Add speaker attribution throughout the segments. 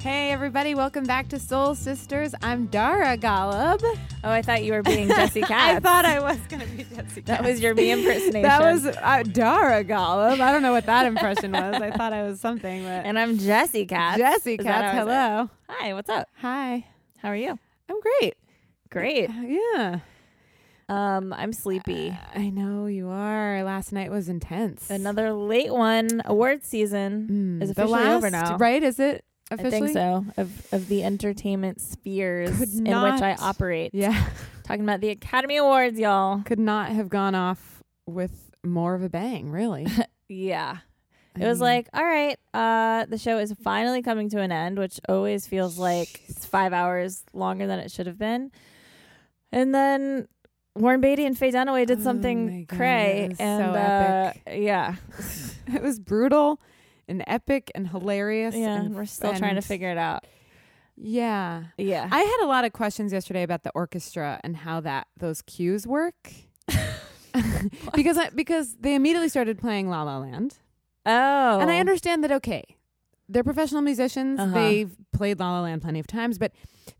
Speaker 1: Hey, everybody, welcome back to Soul Sisters. I'm Dara Golub.
Speaker 2: Oh, I thought you were being Jesse Katz.
Speaker 1: I thought I was going to be Jesse
Speaker 2: that was your me impersonation.
Speaker 1: That was uh, Dara Golub. I don't know what that impression was. I thought I was something, but.
Speaker 2: And I'm Jesse Katz.
Speaker 1: Jesse
Speaker 2: Is that
Speaker 1: Katz,
Speaker 2: how I said
Speaker 1: hello.
Speaker 2: it? Hi, what's up?
Speaker 1: Hi.
Speaker 2: How are you?
Speaker 1: I'm great. Uh,
Speaker 2: Great.
Speaker 1: Yeah.
Speaker 2: Um, I'm sleepy.
Speaker 1: I know you are. Last night was intense.
Speaker 2: Another late one. Award season
Speaker 1: Mm,
Speaker 2: is
Speaker 1: the
Speaker 2: officially
Speaker 1: last,
Speaker 2: over now.
Speaker 1: Right? Is it
Speaker 2: I
Speaker 1: officially?
Speaker 2: think so. Of of the entertainment spheres
Speaker 1: Could
Speaker 2: in
Speaker 1: not-
Speaker 2: which I operate.
Speaker 1: Yeah.
Speaker 2: Talking about the Academy Awards, y'all.
Speaker 1: Could not have gone off with more of a bang, really.
Speaker 2: Yeah.
Speaker 1: I
Speaker 2: It was
Speaker 1: mean,
Speaker 2: like, all right, uh, the show is finally coming to an end, which always feels like it's five hours longer than it should have been. And then Warren Beatty and Faye Dunaway did
Speaker 1: Oh my
Speaker 2: something
Speaker 1: God,
Speaker 2: cray,
Speaker 1: that was so
Speaker 2: and
Speaker 1: epic.
Speaker 2: uh, yeah,
Speaker 1: it was brutal and epic and hilarious.
Speaker 2: yeah,
Speaker 1: and
Speaker 2: we're still trying to
Speaker 1: and-
Speaker 2: figure it out.
Speaker 1: Yeah.
Speaker 2: Yeah,
Speaker 1: I had a lot of questions yesterday about the orchestra and how that those cues work. because I, because they immediately started playing La La Land.
Speaker 2: oh,
Speaker 1: And I understand that okay. They're professional musicians.
Speaker 2: Uh-huh.
Speaker 1: They've played La La Land plenty of times, but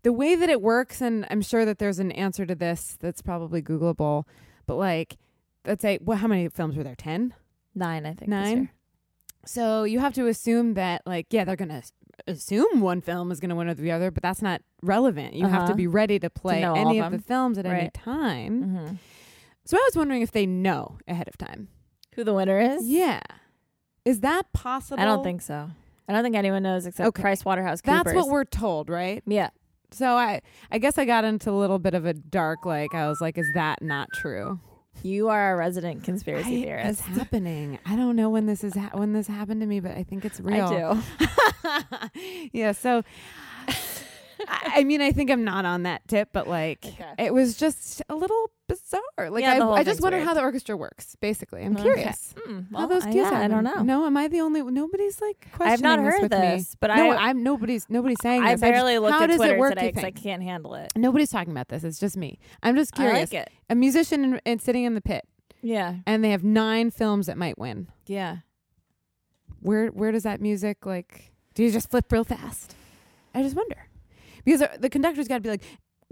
Speaker 1: the way that it works and I'm sure that there's an answer to this that's probably googleable, but like let's say well how many films were there? 10?
Speaker 2: nine, I think this
Speaker 1: Nine?
Speaker 2: year.
Speaker 1: So you have to assume that, like, yeah, they're going to assume one film is going to win over the other, but that's not relevant. You have to
Speaker 2: Uh-huh.
Speaker 1: be ready to play
Speaker 2: know all
Speaker 1: any
Speaker 2: of
Speaker 1: of the
Speaker 2: them.
Speaker 1: films at any
Speaker 2: Right.
Speaker 1: time.
Speaker 2: Mhm.
Speaker 1: So I was wondering if they know ahead of time.
Speaker 2: Who the winner is?
Speaker 1: Yeah. Is that possible?
Speaker 2: I don't think so. I don't think anyone knows except
Speaker 1: Okay.
Speaker 2: Price Waterhouse Coopers.
Speaker 1: That's what we're told, right?
Speaker 2: yeah.
Speaker 1: So I I guess I got into a little bit of a dark like I was like is that not true?
Speaker 2: You are a resident conspiracy
Speaker 1: I-
Speaker 2: theorist.
Speaker 1: It's happening. I don't know when this is ha- when this happened to me, but I think it's real.
Speaker 2: I do.
Speaker 1: yeah, so I, I mean, I think I'm not on that tip, but like
Speaker 2: Okay.
Speaker 1: it was just a little bizarre. Like
Speaker 2: Yeah, the
Speaker 1: I,
Speaker 2: whole
Speaker 1: I just
Speaker 2: thing's
Speaker 1: wonder
Speaker 2: weird.
Speaker 1: how the orchestra works. Basically, I'm
Speaker 2: Okay.
Speaker 1: curious
Speaker 2: Mm,
Speaker 1: how
Speaker 2: well,
Speaker 1: those
Speaker 2: I-
Speaker 1: cues
Speaker 2: yeah, I
Speaker 1: happen.
Speaker 2: don't know.
Speaker 1: No, am I the only? Nobody's like questioning.
Speaker 2: I've not
Speaker 1: this
Speaker 2: heard
Speaker 1: with
Speaker 2: this,
Speaker 1: me.
Speaker 2: but
Speaker 1: no,
Speaker 2: I-
Speaker 1: am nobody's nobody's saying.
Speaker 2: I
Speaker 1: this.
Speaker 2: barely
Speaker 1: just,
Speaker 2: looked
Speaker 1: how
Speaker 2: at
Speaker 1: does
Speaker 2: Twitter
Speaker 1: it work?
Speaker 2: today
Speaker 1: you
Speaker 2: because I
Speaker 1: think?
Speaker 2: can't handle it.
Speaker 1: Nobody's talking about this. It's just me. I'm just
Speaker 2: I like
Speaker 1: curious.
Speaker 2: it.
Speaker 1: A musician in, and sitting in the pit,
Speaker 2: Yeah,
Speaker 1: and they have nine films that might win.
Speaker 2: yeah.
Speaker 1: where where does that music like do you just flip real fast i just wonder because the- the conductor's got to be like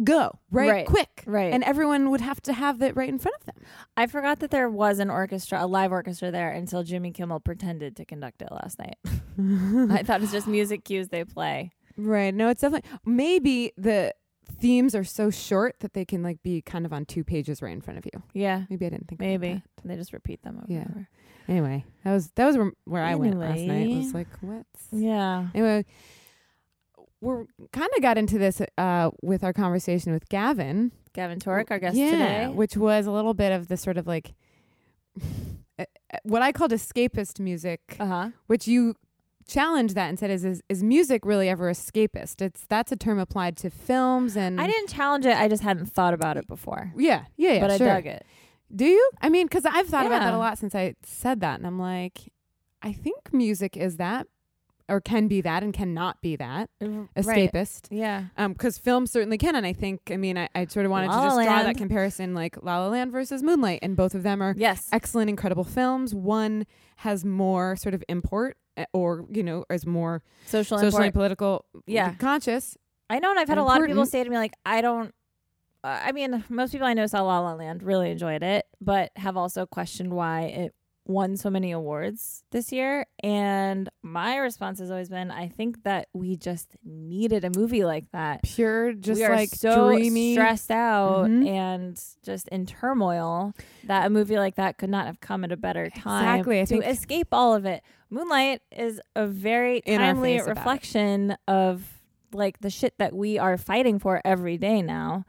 Speaker 1: go right,
Speaker 2: Right,
Speaker 1: quick
Speaker 2: right.
Speaker 1: and everyone would have to have that right in front of them
Speaker 2: I forgot that there was an orchestra, a live orchestra there until Jimmy Kimmel pretended to conduct it last night. I thought it was just music cues they play.
Speaker 1: right no it's definitely maybe the themes are so short that they can like be kind of on two pages right in front of you
Speaker 2: Yeah,
Speaker 1: maybe i didn't think about
Speaker 2: maybe. And they just repeat them over
Speaker 1: Yeah.
Speaker 2: and over.
Speaker 1: that. anyway that was that was where, where i went last night
Speaker 2: Anyway.
Speaker 1: was like what's
Speaker 2: Yeah.
Speaker 1: anyway we're kind of got into this uh, with our conversation with gavin
Speaker 2: Gavin Torek, our guest
Speaker 1: yeah,
Speaker 2: today.
Speaker 1: which was a little bit of the sort of like uh, uh, what I called escapist music,
Speaker 2: uh huh.
Speaker 1: which you challenged that and said is, is is music really ever escapist? It's that's a term applied to films and
Speaker 2: I didn't challenge it. I just hadn't thought about it before.
Speaker 1: yeah Mm. yeah yeah
Speaker 2: but
Speaker 1: sure.
Speaker 2: I dug it.
Speaker 1: Do you? I mean, because I've thought about that a
Speaker 2: Yeah.
Speaker 1: lot since I said that, and I'm like, I think music is that or can be that and cannot be that
Speaker 2: Right.
Speaker 1: escapist.
Speaker 2: Yeah.
Speaker 1: Um, because film certainly can, and I think, I mean, I, I sort of wanted
Speaker 2: La La
Speaker 1: to just draw that
Speaker 2: Land.
Speaker 1: comparison, like La La Land versus Moonlight, and both of them are
Speaker 2: Yes.
Speaker 1: excellent, incredible films. One has more sort of import, eh, or you know, is more
Speaker 2: Social
Speaker 1: socially and
Speaker 2: import.
Speaker 1: political
Speaker 2: Yeah.
Speaker 1: conscious.
Speaker 2: I know, and I've had a lot of people
Speaker 1: important.
Speaker 2: say to me like, I don't. uh, I mean, most people I know saw La La Land, really enjoyed it, but have also questioned why it won so many awards this year. And my response has always been, I think that we just needed a movie like that.
Speaker 1: Pure, just
Speaker 2: we are
Speaker 1: like
Speaker 2: so
Speaker 1: dreamy.
Speaker 2: stressed out
Speaker 1: Mhm.
Speaker 2: and just in turmoil that a movie like that could not have come at a better time
Speaker 1: Exactly, I
Speaker 2: to
Speaker 1: think-
Speaker 2: escape all of it. Moonlight is a very
Speaker 1: In our
Speaker 2: timely
Speaker 1: face about it.
Speaker 2: reflection of like the shit that we are fighting for every day now.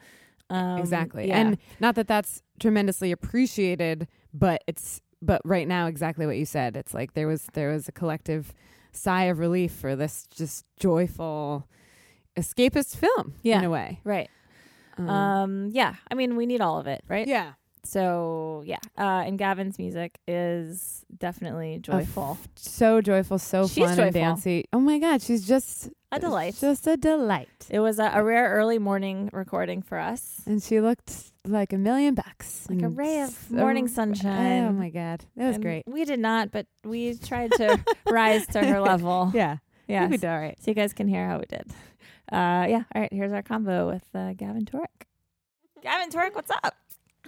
Speaker 2: Um,
Speaker 1: E-, exactly.
Speaker 2: yeah.
Speaker 1: And not that that's tremendously appreciated, but it's but right now exactly what you said. It's like there was there was a collective sigh of relief for this just joyful escapist film
Speaker 2: Yeah.
Speaker 1: in a way.
Speaker 2: right,
Speaker 1: Um,
Speaker 2: um, yeah. I mean, we need all of it, right?
Speaker 1: yeah.
Speaker 2: So yeah, uh, and Gavin's music is definitely joyful.
Speaker 1: So joyful, so
Speaker 2: She's
Speaker 1: fun
Speaker 2: joyful.
Speaker 1: and dancy. Oh my god, she's just
Speaker 2: A delight.
Speaker 1: Just a delight.
Speaker 2: It was a, a rare early morning recording for us.
Speaker 1: And she looked like a million bucks.
Speaker 2: Like a
Speaker 1: And
Speaker 2: ray of
Speaker 1: s-
Speaker 2: morning
Speaker 1: oh,
Speaker 2: sunshine.
Speaker 1: Oh my god. That was
Speaker 2: And
Speaker 1: great.
Speaker 2: We did not, but we tried to rise to her level.
Speaker 1: Yeah.
Speaker 2: Yeah.
Speaker 1: We did all right.
Speaker 2: So you guys can hear how we did. Uh, yeah. All right. Here's our combo with uh, Gavin Torek. Gavin Torek, what's up?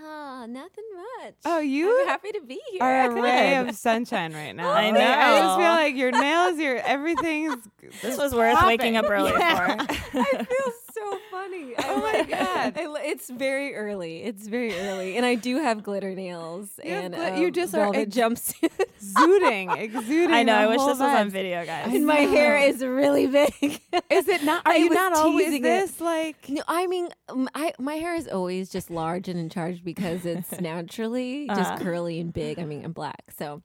Speaker 3: Oh, nothing much.
Speaker 1: Oh, you
Speaker 3: I'm happy to be here.
Speaker 1: are a ray
Speaker 2: Good.
Speaker 1: of sunshine right now.
Speaker 2: I
Speaker 1: Like, I just
Speaker 2: know.
Speaker 1: feel like your nails, your everything's.
Speaker 2: This was worth waking up early for.
Speaker 3: I feel so funny. I,
Speaker 1: Oh my
Speaker 3: like-
Speaker 1: God.
Speaker 3: I li- it's very early. It's very early, and I do have glitter nails
Speaker 1: You have
Speaker 3: and
Speaker 1: glit- you
Speaker 3: um,
Speaker 1: just are
Speaker 3: velvet
Speaker 1: ex-
Speaker 3: jumpsuit.
Speaker 1: Exuding, exuding.
Speaker 2: I know.
Speaker 1: the
Speaker 2: I wish
Speaker 1: whole
Speaker 2: this was on
Speaker 1: vibe.
Speaker 2: video, guys.
Speaker 3: and my hair is really big.
Speaker 1: Is it not? Are
Speaker 3: I
Speaker 1: you
Speaker 3: was
Speaker 1: not always
Speaker 3: teasing it.
Speaker 1: this like?
Speaker 3: No, I mean, um, I my hair is always just large and in charge because it's naturally
Speaker 2: Uh-huh.
Speaker 3: just curly and big. I mean, I'm black, so.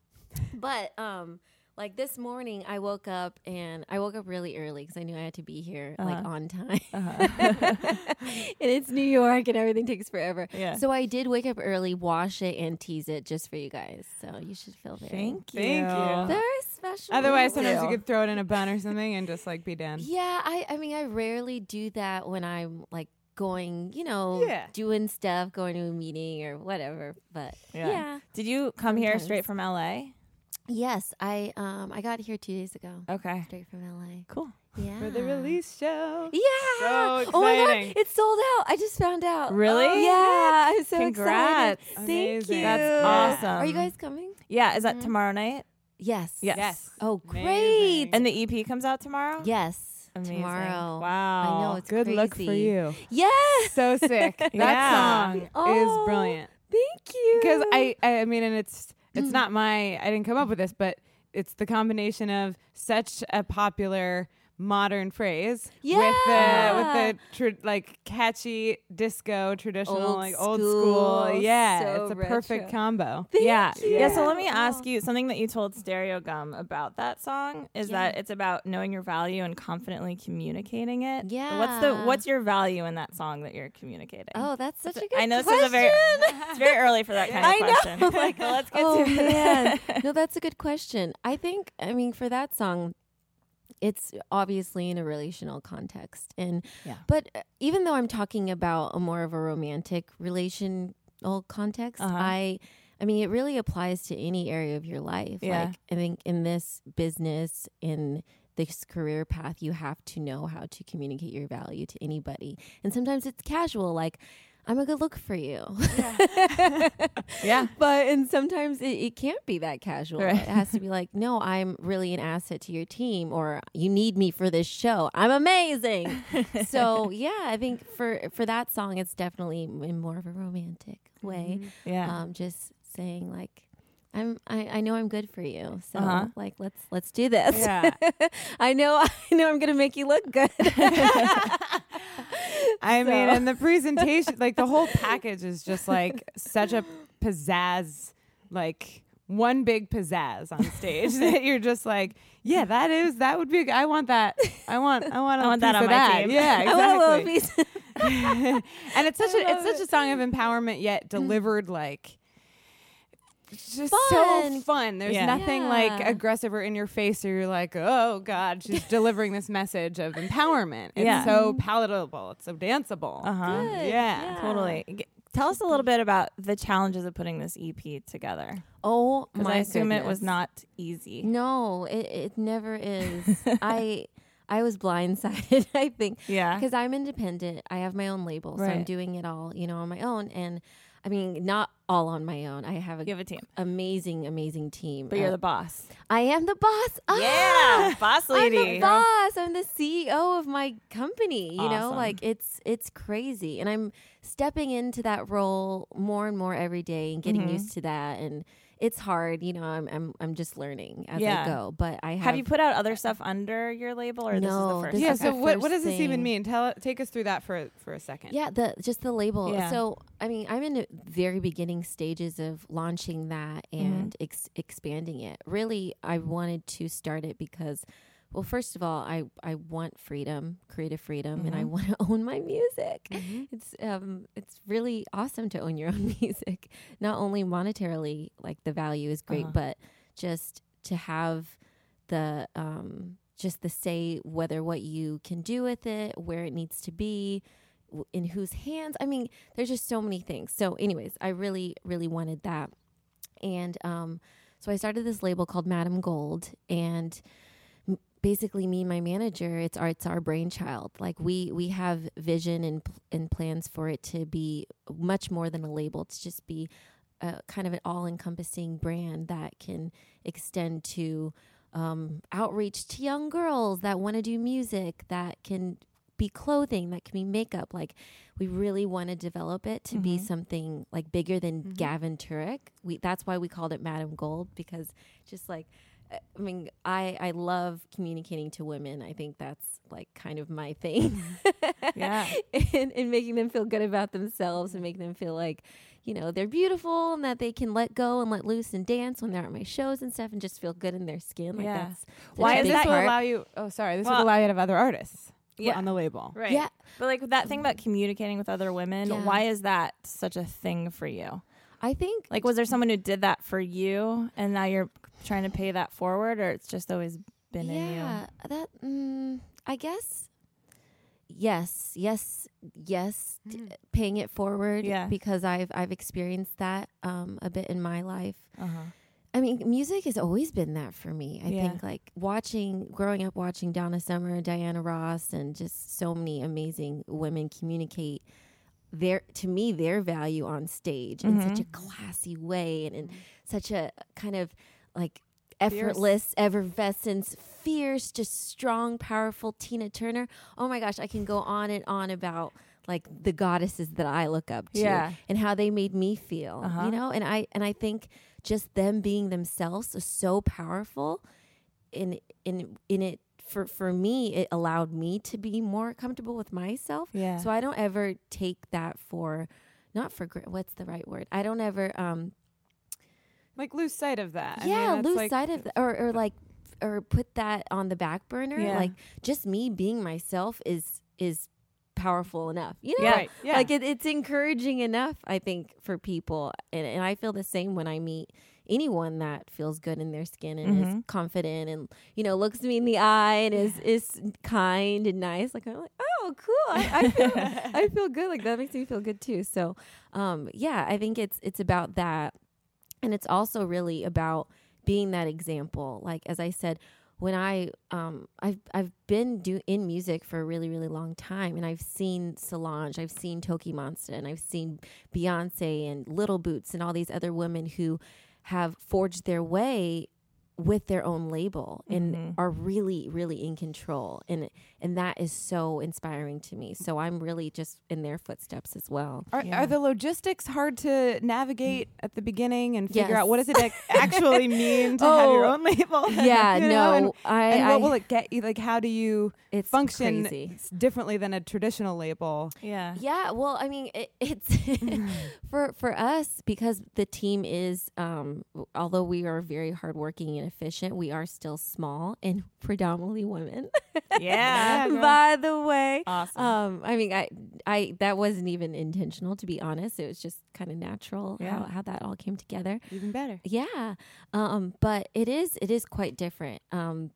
Speaker 3: But um, like this morning, I woke up and I woke up really early because I knew I had to be here like
Speaker 2: Uh-huh.
Speaker 3: on time.
Speaker 2: Uh-huh.
Speaker 3: and it's New York, and everything takes forever.
Speaker 2: Yeah.
Speaker 3: So I did wake up early, wash it, and tease it just for you guys. So you should feel very
Speaker 2: Thank you.
Speaker 1: Thank you.
Speaker 3: very special.
Speaker 1: Otherwise, sometimes you
Speaker 2: Yeah.
Speaker 1: could throw it in a bun or something and just like be done.
Speaker 3: Yeah, I I mean I rarely do that when I'm like going, you know,
Speaker 1: Yeah.
Speaker 3: doing stuff, going to a meeting or whatever. But
Speaker 2: Yeah.
Speaker 3: yeah.
Speaker 2: Did you come here
Speaker 3: Sometimes.
Speaker 2: straight from LA?
Speaker 3: Yes, I um I got here 2 days ago.
Speaker 2: Okay.
Speaker 3: Straight from LA.
Speaker 2: Cool.
Speaker 3: Yeah.
Speaker 1: For the release show.
Speaker 3: Yeah.
Speaker 1: So
Speaker 3: oh my god,
Speaker 1: exciting.
Speaker 3: it's sold out. I just found out.
Speaker 2: Really?
Speaker 3: Oh, yeah, I'm so
Speaker 2: Congrats.
Speaker 3: excited.
Speaker 1: Amazing.
Speaker 3: Thank you.
Speaker 2: That's awesome.
Speaker 3: Are you guys coming?
Speaker 2: Yeah. Is that
Speaker 3: Mhm.
Speaker 2: tomorrow night?
Speaker 3: Yes.
Speaker 2: Yes.
Speaker 1: Yes.
Speaker 3: Oh,
Speaker 1: Amazing.
Speaker 3: great.
Speaker 2: And the EP comes out tomorrow?
Speaker 3: yes.
Speaker 2: Amazing.
Speaker 3: Tomorrow.
Speaker 2: Wow.
Speaker 3: I know it's
Speaker 1: Good luck for
Speaker 3: crazy.
Speaker 1: you.
Speaker 3: Yes.
Speaker 1: So sick. That
Speaker 2: Yeah.
Speaker 1: song
Speaker 3: Oh.
Speaker 1: is brilliant.
Speaker 3: Thank you. Mm.
Speaker 1: because I, I I mean, and it's it's not my I didn't come up with this, but it's the combination of such a popular modern phrase with the
Speaker 3: Yeah.
Speaker 1: with the tr like catchy disco traditional
Speaker 3: Old
Speaker 1: like old
Speaker 3: school,
Speaker 1: school yeah
Speaker 3: so
Speaker 1: it's a perfect
Speaker 3: retro.
Speaker 1: combo
Speaker 2: yeah. Yeah. So let me
Speaker 3: you.
Speaker 2: ask you something that you told Stereo Gum about that song is that it's about knowing your value and confidently communicating it. What's the
Speaker 3: Yeah.
Speaker 2: what's your value in that song that you're communicating?
Speaker 3: Oh, that's such a good.
Speaker 2: I know this
Speaker 3: question.
Speaker 2: is a very it's very early for that kind of
Speaker 3: I know.
Speaker 2: question. Like, well, let's get
Speaker 3: oh
Speaker 2: to
Speaker 3: man, no, that's a good question. I think I mean for that song, it's obviously in a relational context, and
Speaker 2: Yeah.
Speaker 3: But uh, even though I'm talking about a more of a romantic relational context,
Speaker 2: Uh-huh.
Speaker 3: I. I mean, it really applies to any area of your life.
Speaker 2: Yeah.
Speaker 3: Like, I think in this business, in this career path, you have to know how to communicate your value to anybody. And sometimes it's casual, like, I'm a good look for you.
Speaker 2: Yeah.
Speaker 3: But and sometimes it, it can't be that casual.
Speaker 2: Right.
Speaker 3: It has to be like, no, I'm really an asset to your team, or you need me for this show. I'm amazing. so yeah, I think for for that song, it's definitely in more of a romantic way.
Speaker 2: Mm-hmm. Yeah.
Speaker 3: Um, just saying like. I'm, I, I know I'm good for you, so
Speaker 2: Uh-huh.
Speaker 3: like let's let's do this.
Speaker 1: Yeah.
Speaker 3: I know I know I'm gonna make you look good.
Speaker 1: I
Speaker 3: So-
Speaker 1: mean and the presentation like the whole package is just like such a pizzazz like one big pizzazz on stage that you're just like yeah that is that would be a g- I want that I want I want a
Speaker 2: I want that
Speaker 1: piece
Speaker 2: on
Speaker 1: of
Speaker 2: my
Speaker 1: that
Speaker 2: team.
Speaker 1: yeah exactly
Speaker 3: I want a little piece.
Speaker 1: and it's such
Speaker 3: I
Speaker 1: a it's
Speaker 3: love Mm-hmm.
Speaker 1: such a song of empowerment yet delivered like just so
Speaker 3: Fun.
Speaker 1: fun. There's
Speaker 2: Yeah.
Speaker 1: nothing like
Speaker 3: Yeah.
Speaker 1: aggressive or in your face, or you're like, oh god, she's delivering this message of empowerment. It's
Speaker 2: Yeah.
Speaker 1: so palatable. It's so danceable.
Speaker 2: Uh huh.
Speaker 3: Uh-huh. Good.
Speaker 1: Yeah.
Speaker 2: Totally. G- Tell us a little bit about the challenges of putting this EP together.
Speaker 3: Oh
Speaker 2: Because
Speaker 3: my
Speaker 2: I assume it was
Speaker 3: goodness.
Speaker 2: not easy.
Speaker 3: No, it, it never is. I I was blindsided, I think.
Speaker 2: Yeah.
Speaker 3: Because I'm independent. I have my own label. So I'm
Speaker 2: Right.
Speaker 3: doing it all, you know, on my own. And I mean, not all on my own. I have a
Speaker 2: You have a team,
Speaker 3: amazing, amazing team.
Speaker 2: but you're
Speaker 3: Uh,
Speaker 2: the boss.
Speaker 3: I am the boss.
Speaker 2: Yeah,
Speaker 3: Ah!
Speaker 2: boss
Speaker 3: I'm
Speaker 2: lady.
Speaker 3: the boss. I'm the CEO of my company. You know,
Speaker 2: Awesome.
Speaker 3: like it's it's crazy, and I'm stepping into that role more and more every day, and
Speaker 2: Mm-hmm.
Speaker 3: getting used to that. And it's hard. You know, I'm I'm I'm just learning as
Speaker 2: Yeah.
Speaker 3: I go. But I have,
Speaker 2: Have you put out other stuff under your label, or
Speaker 3: No,
Speaker 2: this is
Speaker 3: this
Speaker 2: the
Speaker 1: yeah.
Speaker 2: first?
Speaker 3: is
Speaker 1: So
Speaker 3: our
Speaker 1: what
Speaker 3: first
Speaker 1: what does this even
Speaker 3: thing.
Speaker 1: mean? Tell take us through that for for a second.
Speaker 3: Yeah, the just the label.
Speaker 2: Yeah.
Speaker 3: So I mean, I'm in the very beginning stages of launching that and ex- expanding it. Really, I wanted to start it because, well, first of all, I I want freedom, creative freedom, and I want to own my music. It's um it's really awesome to own your own music. Not only monetarily, like the value is great, but just to have the um just the say whether what you can do with it, where it needs to be, w- in whose hands. I mean, there's just so many things. So, anyways, I really, really wanted that. And um, so I started this label called Madam Gold. And m- basically, me and my manager, it's our, it's our brainchild. Like, we, we have vision and, pl- and plans for it to be much more than a label, to just be a, kind of an all encompassing brand that can extend to um, outreach to young girls that want to do music, that can be clothing that can be makeup like we really want to develop it to be something like bigger than gavin turek we that's why we called it madam gold because just like uh, i mean i i love communicating to women i think that's like kind of my thing
Speaker 1: Mm-hmm.
Speaker 2: Yeah.
Speaker 3: and, and making them feel good about themselves and make them feel like you know they're beautiful and that they can let go and let loose and dance when they're at my shows and stuff and just feel good in their skin like
Speaker 2: Yeah.
Speaker 3: that's such
Speaker 1: Why
Speaker 2: Why
Speaker 3: a
Speaker 2: is
Speaker 1: is
Speaker 3: big
Speaker 1: this will
Speaker 3: part.
Speaker 1: allow you? Oh, sorry. This
Speaker 2: Well-
Speaker 1: will allow you to have other artists
Speaker 2: Yeah.
Speaker 1: on the label.
Speaker 2: Right.
Speaker 3: Yeah.
Speaker 2: But like that thing about communicating with other women,
Speaker 3: Yeah.
Speaker 2: why is that such a thing for you?
Speaker 3: i think
Speaker 2: Like, was there someone who did that for you, and now you're trying to pay that forward, or it's just always been in you?
Speaker 3: yeah, that mm, I guess. Yes, yes, yes. d- paying it forward,
Speaker 2: Mm. Yeah.
Speaker 3: because I've I've experienced that um, a bit in my life.
Speaker 2: Uh-huh.
Speaker 3: I mean, music has always been that for me. I
Speaker 2: Yeah.
Speaker 3: think like watching, growing up watching Donna Summer, Diana Ross, and just so many amazing women communicate their to me their value on stage in such a classy way and in such a kind of like effortless effervescence fierce just strong powerful tina turner oh my gosh i can go on and on about like the goddesses that i look up to
Speaker 2: Yeah.
Speaker 3: and how they made me feel you know and i and i think just them being themselves is so powerful in in in it for for me it allowed me to be more comfortable with myself
Speaker 2: Yeah.
Speaker 3: so i don't ever take that for not for gra- what's the right word i don't ever um
Speaker 1: Like lose sight of that. I mean,
Speaker 3: yeah
Speaker 1: that's
Speaker 3: lose
Speaker 1: like-
Speaker 3: sight of th- or or like or put that on the back burner
Speaker 2: Yeah.
Speaker 3: like just me being myself is is powerful enough you know
Speaker 2: Yeah. Right.
Speaker 1: Yeah.
Speaker 3: like it, it's encouraging enough i think for people and, and i feel the same when i meet anyone that feels good in their skin and
Speaker 1: Mm-hmm.
Speaker 3: is confident and you know looks me in the eye and is is kind and nice like i'm like oh cool i, I feel i feel good like that makes me feel good too so um yeah i think it's it's about that and it's also really about being that example like as i said when i um i've i've been do in music for a really really long time and i've seen solange i've seen toki monster and i've seen beyonce and little boots and all these other women who have forged their way with their own label
Speaker 1: Mm-hmm.
Speaker 3: and are really really in control and and that is so inspiring to me so i'm really just in their footsteps as well
Speaker 1: Are, are the logistics hard to navigate at the beginning and figure out what
Speaker 3: Mm. Yes.
Speaker 1: does it ac- actually mean to have your
Speaker 3: Oh,
Speaker 1: own label?
Speaker 3: yeah,
Speaker 1: You know,
Speaker 3: no, I-
Speaker 1: and what
Speaker 3: I-
Speaker 1: will it get you? Like, how do you
Speaker 3: It's
Speaker 1: function
Speaker 3: crazy.
Speaker 1: s- differently than a traditional label?
Speaker 2: Yeah.
Speaker 3: Yeah, well, I mean, it, it's
Speaker 1: Mm-hmm.
Speaker 3: for for us because the team is, um, w- although we are very hardworking and efficient, we are still small and predominantly women.
Speaker 2: Yeah.
Speaker 3: By the way,
Speaker 2: Awesome.
Speaker 3: Um, I mean, I I that wasn't even intentional to be honest. It was just kind of natural how, how that all came together.
Speaker 1: Even better.
Speaker 3: Yeah. Um, but it is it is quite different. Um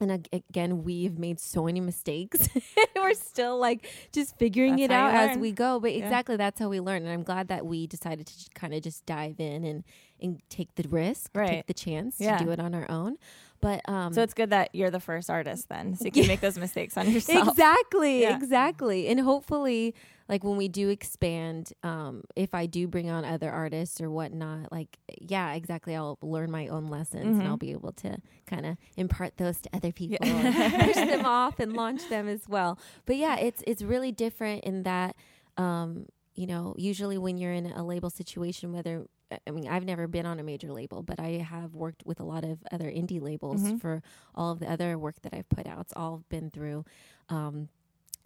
Speaker 3: and ag- again, we've made so many mistakes. We're still like just figuring
Speaker 2: That's
Speaker 3: it
Speaker 2: how
Speaker 3: out
Speaker 2: you
Speaker 3: as
Speaker 2: learn.
Speaker 3: we go. But exactly that's how we learn. And I'm glad that we decided to kind of just dive in and, and take the risk,
Speaker 2: Right.
Speaker 3: take the chance
Speaker 2: Yeah.
Speaker 3: to do it on our own. But um,
Speaker 2: So it's good that you're the first artist then, so you can make those mistakes on yourself.
Speaker 3: Exactly,
Speaker 2: Yeah.
Speaker 3: exactly. And hopefully, like when we do expand, um, if I do bring on other artists or whatnot, like yeah, exactly. I'll learn my own lessons and
Speaker 2: Mm-hmm.
Speaker 3: I'll be able to kind of impart those to other people, and push them off, and launch them as well. But yeah, it's it's really different in that. Um, you know, usually when you're in a label situation, whether I mean, I've never been on a major label, but I have worked with a lot of other indie labels
Speaker 2: Mm-hmm.
Speaker 3: for all of the other work that I've put out. It's all been through um,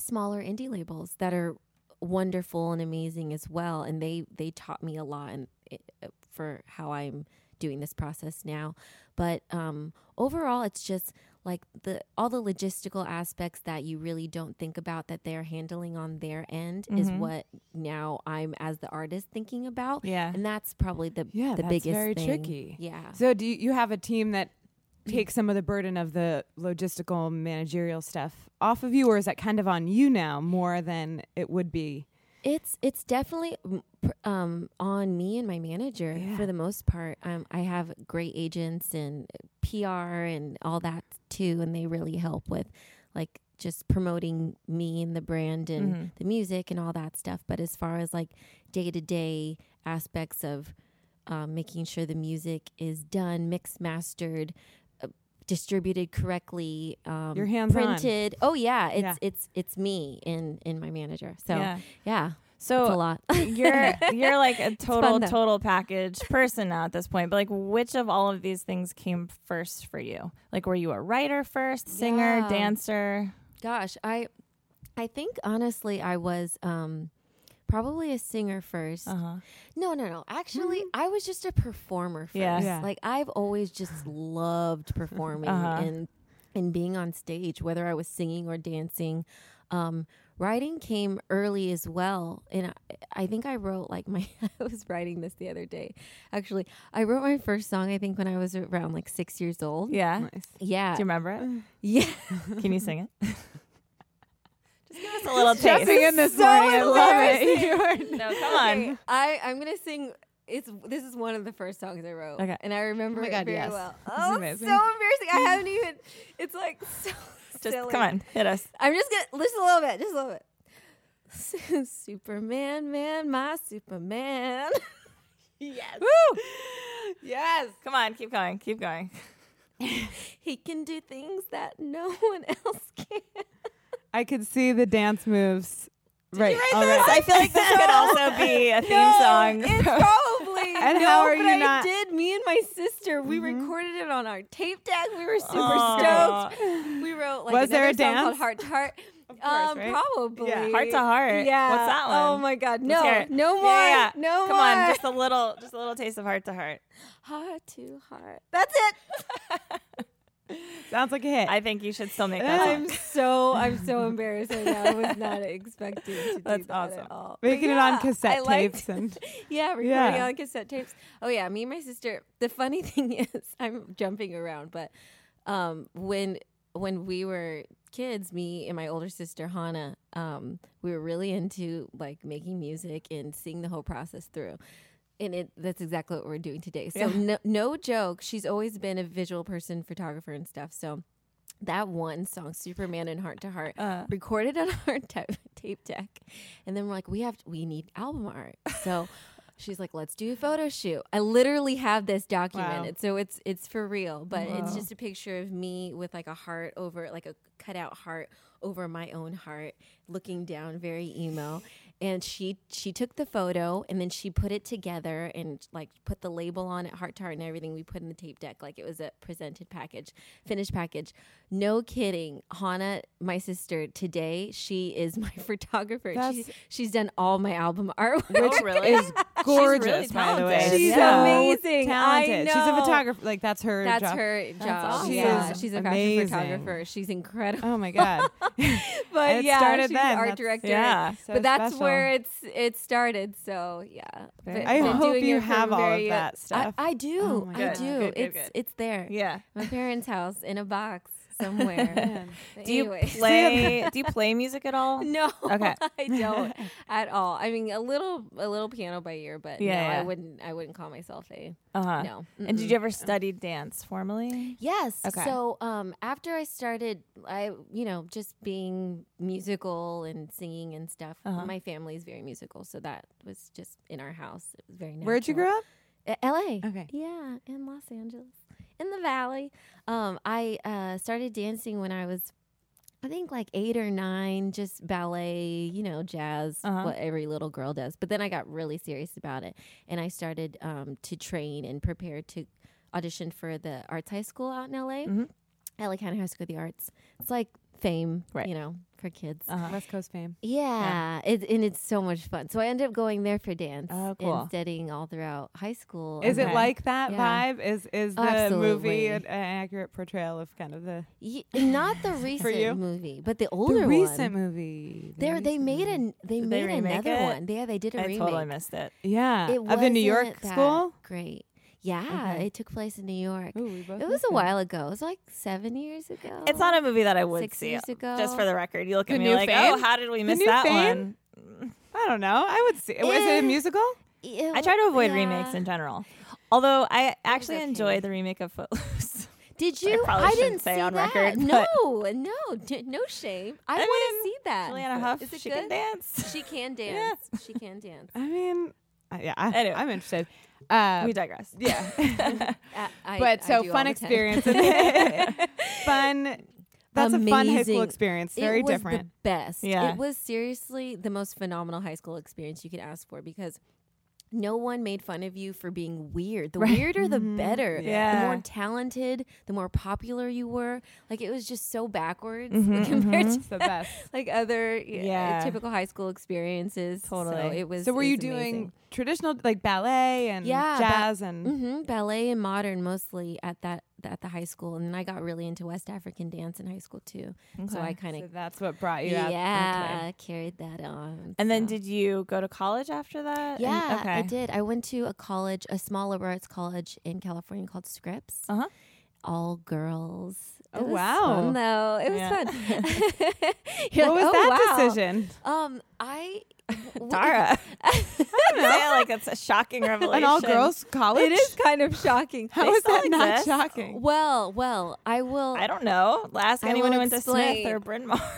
Speaker 3: smaller indie labels that are wonderful and amazing as well, and they they taught me a lot and it, for how I'm doing this process now. But um, overall, it's just like the all the logistical aspects that you really don't think about that they're handling on their end
Speaker 1: Mm-hmm.
Speaker 3: is what now I'm as the artist thinking about.
Speaker 2: Yeah.
Speaker 3: and that's probably the
Speaker 1: Yeah,
Speaker 3: the
Speaker 1: that's
Speaker 3: biggest
Speaker 1: very
Speaker 3: thing.
Speaker 1: tricky.
Speaker 3: Yeah.
Speaker 1: So do you, you have a team that takes some of the burden of the logistical managerial stuff off of you, or is that kind of on you now more than it would be?
Speaker 3: It's it's definitely mm, pr- um, on me and my manager for the most part. Um, I have great agents and PR and all that too, and they really help with like just promoting me and the brand and
Speaker 1: Mm-hmm.
Speaker 3: the music and all that stuff. But as far as like day to day aspects of um, making sure the music is done, mixed, mastered, uh, distributed correctly, um,
Speaker 1: You're hands-on.
Speaker 3: printed. Oh yeah, it's
Speaker 1: Yeah.
Speaker 3: it's it's me and and my manager. So
Speaker 2: Yeah.
Speaker 3: yeah.
Speaker 2: So
Speaker 3: It's a lot.
Speaker 2: you're you're like a total
Speaker 3: though.
Speaker 2: total package person now at this point. But like, which of all of these things came first for you? Like, were you a writer first, singer,
Speaker 3: Yeah.
Speaker 2: dancer?
Speaker 3: Gosh, I I think honestly I was um probably a singer 1st
Speaker 2: Uh. Uh-huh.
Speaker 3: No, no, no. Actually, I was just a performer first.
Speaker 2: Yeah.
Speaker 1: Yeah.
Speaker 3: Like I've always just loved performing and and being on stage, whether I was singing or dancing. Um, writing came early as well, and I, I think I wrote like my. I was writing this the other day. Actually, I wrote my first song I think when I was around like six years old.
Speaker 2: Yeah.
Speaker 3: Yeah,
Speaker 2: Do you remember it?
Speaker 3: yeah.
Speaker 2: Can you sing it? Just give us a little taste.
Speaker 1: Jumping in this morning, I love it. You are-
Speaker 2: No, come on.
Speaker 3: Okay, I I'm gonna sing. It's this is one of the first songs I wrote.
Speaker 2: Okay.
Speaker 3: and I remember
Speaker 1: my God,
Speaker 3: it very
Speaker 1: yes.
Speaker 3: well.
Speaker 1: This is
Speaker 3: oh, it's
Speaker 1: amazing.
Speaker 3: so embarrassing. I haven't even. It's like so.
Speaker 2: Just
Speaker 3: silly.
Speaker 2: come on, hit us.
Speaker 3: I'm just gonna listen a little bit. Just a little bit. Superman, man, my Superman. yes. Woo!
Speaker 1: yes.
Speaker 2: Come on, keep going, keep going.
Speaker 3: He can do things that no one else can.
Speaker 1: I could see the dance moves. right.
Speaker 3: Oh,
Speaker 1: already.
Speaker 2: I feel like this could also be a theme song.
Speaker 3: It's probably.
Speaker 1: And
Speaker 3: no,
Speaker 1: how are
Speaker 3: but
Speaker 1: you
Speaker 3: I
Speaker 1: not-
Speaker 3: did. Me and my sister, we recorded it on our tape deck. We were super
Speaker 2: Mm-hmm. Aw.
Speaker 3: stoked. We wrote like
Speaker 1: Was there
Speaker 3: another
Speaker 1: a
Speaker 3: song called
Speaker 1: dance?
Speaker 3: Heart to Heart. um,
Speaker 1: right?
Speaker 3: Probably.
Speaker 1: Yeah.
Speaker 2: Heart to Heart.
Speaker 3: Yeah.
Speaker 2: What's that one?
Speaker 3: Oh my God.
Speaker 2: Let's hear
Speaker 3: No.
Speaker 2: it.
Speaker 3: No more.
Speaker 2: Yeah, yeah.
Speaker 3: No
Speaker 2: Come
Speaker 3: more.
Speaker 2: on, just a little, just a little taste of heart to heart.
Speaker 3: heart to heart. That's it.
Speaker 1: Sounds like a hit.
Speaker 2: I think you should still make that.
Speaker 3: I'm
Speaker 2: song.
Speaker 3: so I'm so embarrassed right now. I was not expecting to do
Speaker 2: That's
Speaker 3: that
Speaker 2: awesome.
Speaker 3: at all.
Speaker 1: Making
Speaker 3: But
Speaker 1: it on
Speaker 3: yeah,
Speaker 1: cassette
Speaker 3: I liked
Speaker 1: tapes and
Speaker 3: yeah, recording
Speaker 1: Yeah.
Speaker 3: on cassette tapes. Oh yeah, me and my sister. The funny thing is, I'm jumping around, but um, when when we were kids, me and my older sister Hannah, um, we were really into like making music and seeing the whole process through. And it, that's exactly what we're doing today. So no, no joke. She's always been a visual person, photographer, and stuff. So that one song, Superman and Heart to Heart, recorded on our ta- tape deck, and then we're like, we have we need album art. So she's like, let's do a photo shoot. I literally have this documented, so it's it's for real. But it's just a picture of me with like a heart over like a cutout heart over my own heart, looking down, very emo. And she she took the photo and then she put it together and like put the label on it, heart to heart, and everything we put in the tape deck. Like it was a presented package, finished package. No kidding, Hannah, my sister today, she is my photographer. She,
Speaker 1: That's-
Speaker 3: she's done all my album artwork.
Speaker 2: Which really is
Speaker 1: gorgeous, by the
Speaker 2: talented.
Speaker 1: way.
Speaker 3: She's
Speaker 1: so
Speaker 3: amazing. I
Speaker 1: Talented. She's
Speaker 3: know.
Speaker 1: a photographer. Like that's her.
Speaker 3: That's
Speaker 1: job.
Speaker 3: her job.
Speaker 2: awesome. Uh,
Speaker 3: Yeah,
Speaker 1: She's
Speaker 3: she's a fashion
Speaker 1: amazing.
Speaker 3: photographer. She's incredible.
Speaker 1: Oh my god.
Speaker 3: but
Speaker 1: it
Speaker 3: yeah,
Speaker 1: started
Speaker 3: she's
Speaker 1: then.
Speaker 3: art
Speaker 1: That's-
Speaker 3: director.
Speaker 2: yeah.
Speaker 1: So
Speaker 3: but that's
Speaker 1: special.
Speaker 3: where it's it started. So yeah, but,
Speaker 2: Very
Speaker 1: I
Speaker 2: cool.
Speaker 3: been
Speaker 1: hope
Speaker 3: doing
Speaker 1: you
Speaker 3: it for
Speaker 1: have all of
Speaker 3: very-
Speaker 1: that stuff.
Speaker 3: I, I do.
Speaker 1: my
Speaker 3: I
Speaker 1: God.
Speaker 3: do.
Speaker 2: Good, good,
Speaker 3: it's
Speaker 2: good.
Speaker 3: it's there.
Speaker 2: Yeah.
Speaker 3: my parents' house in a box. somewhere. But
Speaker 2: Do you
Speaker 3: anyways.
Speaker 2: play? do you play music at all?
Speaker 3: No,
Speaker 2: Okay.
Speaker 3: I don't at all. I mean, a little, a little piano by ear, but
Speaker 2: Yeah,
Speaker 3: no,
Speaker 2: yeah.
Speaker 3: I wouldn't, I wouldn't call myself a
Speaker 2: Uh-huh.
Speaker 3: no.
Speaker 2: And
Speaker 3: Mm-mm.
Speaker 2: did you ever study dance formally?
Speaker 3: Yes.
Speaker 2: Okay.
Speaker 3: So um, after I started, I you know just being musical and singing and stuff.
Speaker 2: Uh-huh.
Speaker 3: My family is very musical, so that was just in our house. It was very. Natural.
Speaker 1: Where'd you grow up?
Speaker 3: Uh, L.A.
Speaker 1: Okay.
Speaker 3: Yeah, in Los Angeles, in the Valley. Um, I uh, started dancing when I was, I think, like eight or nine, just ballet, you know, jazz,
Speaker 2: Uh-huh.
Speaker 3: what every little girl does. But then I got really serious about it, and I started um, to train and prepare to audition for the arts high school out in L.A. L.A. County High School of the Arts. It's like fame,
Speaker 2: Right.
Speaker 3: you know, for kids.
Speaker 2: Uh-huh.
Speaker 1: West Coast fame.
Speaker 3: Yeah, It, and it's so much fun. So I ended up going there for dance
Speaker 2: Oh, cool.
Speaker 3: and studying all throughout high school.
Speaker 1: Is
Speaker 3: and
Speaker 1: it
Speaker 2: Okay.
Speaker 1: like that
Speaker 3: Yeah.
Speaker 1: vibe? Is is the movie
Speaker 3: Absolutely.
Speaker 1: an, an accurate portrayal of kind of the,
Speaker 3: Ye- not the
Speaker 1: you?
Speaker 3: recent movie, but the older
Speaker 1: the recent
Speaker 3: one.
Speaker 1: movie? The
Speaker 3: There, they
Speaker 1: recent
Speaker 3: made
Speaker 1: movie.
Speaker 3: an they
Speaker 2: Did they
Speaker 3: made
Speaker 2: remake
Speaker 3: another
Speaker 2: it?
Speaker 3: one. Yeah, they did a
Speaker 2: I
Speaker 3: remake.
Speaker 2: totally missed it.
Speaker 1: yeah
Speaker 3: It
Speaker 1: of the New York
Speaker 3: wasn't that
Speaker 1: school.
Speaker 3: Great. Yeah,
Speaker 1: Okay.
Speaker 3: it took place in New York.
Speaker 1: Ooh, we both
Speaker 3: it was
Speaker 1: missed
Speaker 3: a
Speaker 1: it.
Speaker 3: while ago. It was like seven years ago.
Speaker 2: It's not a movie that I would
Speaker 3: Six
Speaker 2: see.
Speaker 3: years ago.
Speaker 2: Just for the record, you look
Speaker 1: The
Speaker 2: at me
Speaker 1: new
Speaker 2: like,
Speaker 1: Fame?
Speaker 2: oh, how did we
Speaker 1: The
Speaker 2: miss
Speaker 1: new
Speaker 2: that
Speaker 1: Fame?
Speaker 2: one?
Speaker 1: I don't know. I would see. Was it
Speaker 3: Eh.
Speaker 1: a musical?
Speaker 3: It
Speaker 2: I try to
Speaker 3: wa-
Speaker 2: avoid
Speaker 3: Oh, yeah.
Speaker 2: remakes in general. Although I actually
Speaker 3: okay.
Speaker 2: enjoy the remake of Footloose.
Speaker 3: Did you?
Speaker 2: probably shouldn't
Speaker 3: didn't
Speaker 2: say
Speaker 3: see
Speaker 2: on
Speaker 3: that.
Speaker 2: record,
Speaker 3: No,
Speaker 2: but-
Speaker 3: no, d- no shame. I, want to see that.
Speaker 2: Juliana Huff,
Speaker 3: Is it
Speaker 2: she
Speaker 3: good?
Speaker 2: can dance.
Speaker 3: She can dance. She can dance.
Speaker 1: I mean, I, yeah. I,
Speaker 2: Anyway.
Speaker 1: I'm interested. Uh,
Speaker 2: we digress.
Speaker 1: yeah.
Speaker 3: Uh, I-
Speaker 1: but
Speaker 3: I
Speaker 1: so
Speaker 3: do all
Speaker 1: fun
Speaker 3: the time.
Speaker 1: experience. fun. That's a fun high school
Speaker 3: Amazing.
Speaker 1: experience. Very
Speaker 3: it was
Speaker 1: different.
Speaker 3: The best.
Speaker 2: Yeah.
Speaker 3: It was seriously the most phenomenal high school experience you could ask for because no one made fun of you for being weird. The weirder, the
Speaker 1: Mm-hmm.
Speaker 3: better.
Speaker 2: Yeah.
Speaker 3: The more talented, the more popular you were. Like it was just so backwards
Speaker 1: Mm-hmm,
Speaker 3: compared
Speaker 1: it's the best.
Speaker 3: to like other yeah.
Speaker 2: Yeah.
Speaker 3: typical high school experiences. So
Speaker 2: Totally.
Speaker 3: it was.
Speaker 1: So were
Speaker 3: it
Speaker 1: you
Speaker 3: was
Speaker 1: doing
Speaker 3: amazing.
Speaker 1: traditional like ballet and
Speaker 3: Yeah, ba-
Speaker 1: jazz and
Speaker 3: Mhm, ballet and modern mostly at that at the high school, and then I got really into West African dance in high school too. So I kind of
Speaker 1: so that's what brought you out.
Speaker 3: yeah, carried that on.
Speaker 2: And then
Speaker 3: so.
Speaker 2: did you go to college after that? And-
Speaker 3: yeah,
Speaker 2: okay.
Speaker 3: I did. I went to a college, a small liberal arts college in California called Scripps.
Speaker 2: Uh-huh.
Speaker 3: All girls.
Speaker 1: Oh,
Speaker 3: it was
Speaker 1: wow.
Speaker 3: Fun, though it was
Speaker 2: Yeah.
Speaker 3: fun. You're
Speaker 1: What
Speaker 3: like,
Speaker 1: was
Speaker 3: "Oh,
Speaker 1: that
Speaker 3: wow."
Speaker 1: decision?
Speaker 3: Um, I w-
Speaker 2: Tara. Say it like it's a shocking revelation.
Speaker 1: An all girls college?
Speaker 3: It is kind of shocking.
Speaker 1: How is
Speaker 2: still
Speaker 1: that not
Speaker 2: exist.
Speaker 1: shocking?
Speaker 3: Well, well, I will.
Speaker 2: I don't know. Ask
Speaker 3: I
Speaker 2: anyone
Speaker 3: will
Speaker 2: who went to Smith
Speaker 3: explain.
Speaker 2: or Bryn Mawr.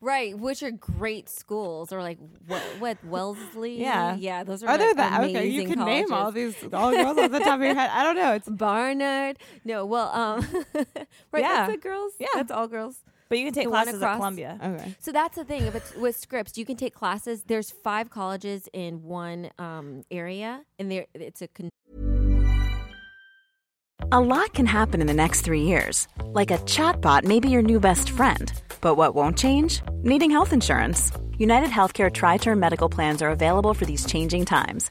Speaker 3: Right, which are great schools, or like what, what Wellesley?
Speaker 2: Yeah.
Speaker 3: yeah, those are
Speaker 1: Other
Speaker 3: like
Speaker 1: than that, okay, you
Speaker 3: amazing
Speaker 1: can name all
Speaker 3: colleges.
Speaker 1: these all girls off the top of your head. I don't know. It's
Speaker 3: Barnard. No, well, um, right,
Speaker 2: Yeah.
Speaker 3: that's the girls.
Speaker 2: Yeah.
Speaker 3: that's all girls.
Speaker 2: But you can take
Speaker 3: The one
Speaker 2: classes at
Speaker 3: across-
Speaker 2: Columbia.
Speaker 1: okay.
Speaker 3: So that's the thing with, with scripts. You can take classes. There's five colleges in one um, area, and there it's a con-
Speaker 4: A lot can happen in the next three years. Like a chatbot may be your new best friend. But what won't change? Needing health insurance. United Healthcare Tri Term Medical Plans are available for these changing times.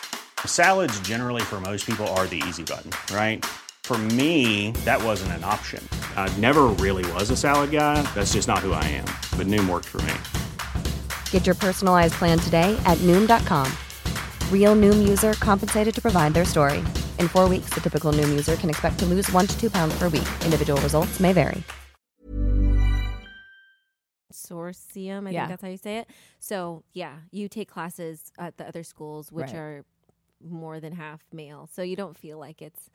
Speaker 5: Salads, generally, for most people, are the easy button, right? For me, that wasn't an option. I never really was a salad guy. That's just not who I am. But Noom worked for me.
Speaker 6: Get your personalized plan today at Noom.com. Real Noom user compensated to provide their story. In four weeks, the typical Noom user can expect to lose one to two pounds per week. Individual results may vary.
Speaker 3: consortium. I
Speaker 1: Yeah.
Speaker 3: think that's how you say it. So yeah, you take classes at the other schools, which
Speaker 1: Right.
Speaker 3: are more than half male, so you don't feel like it's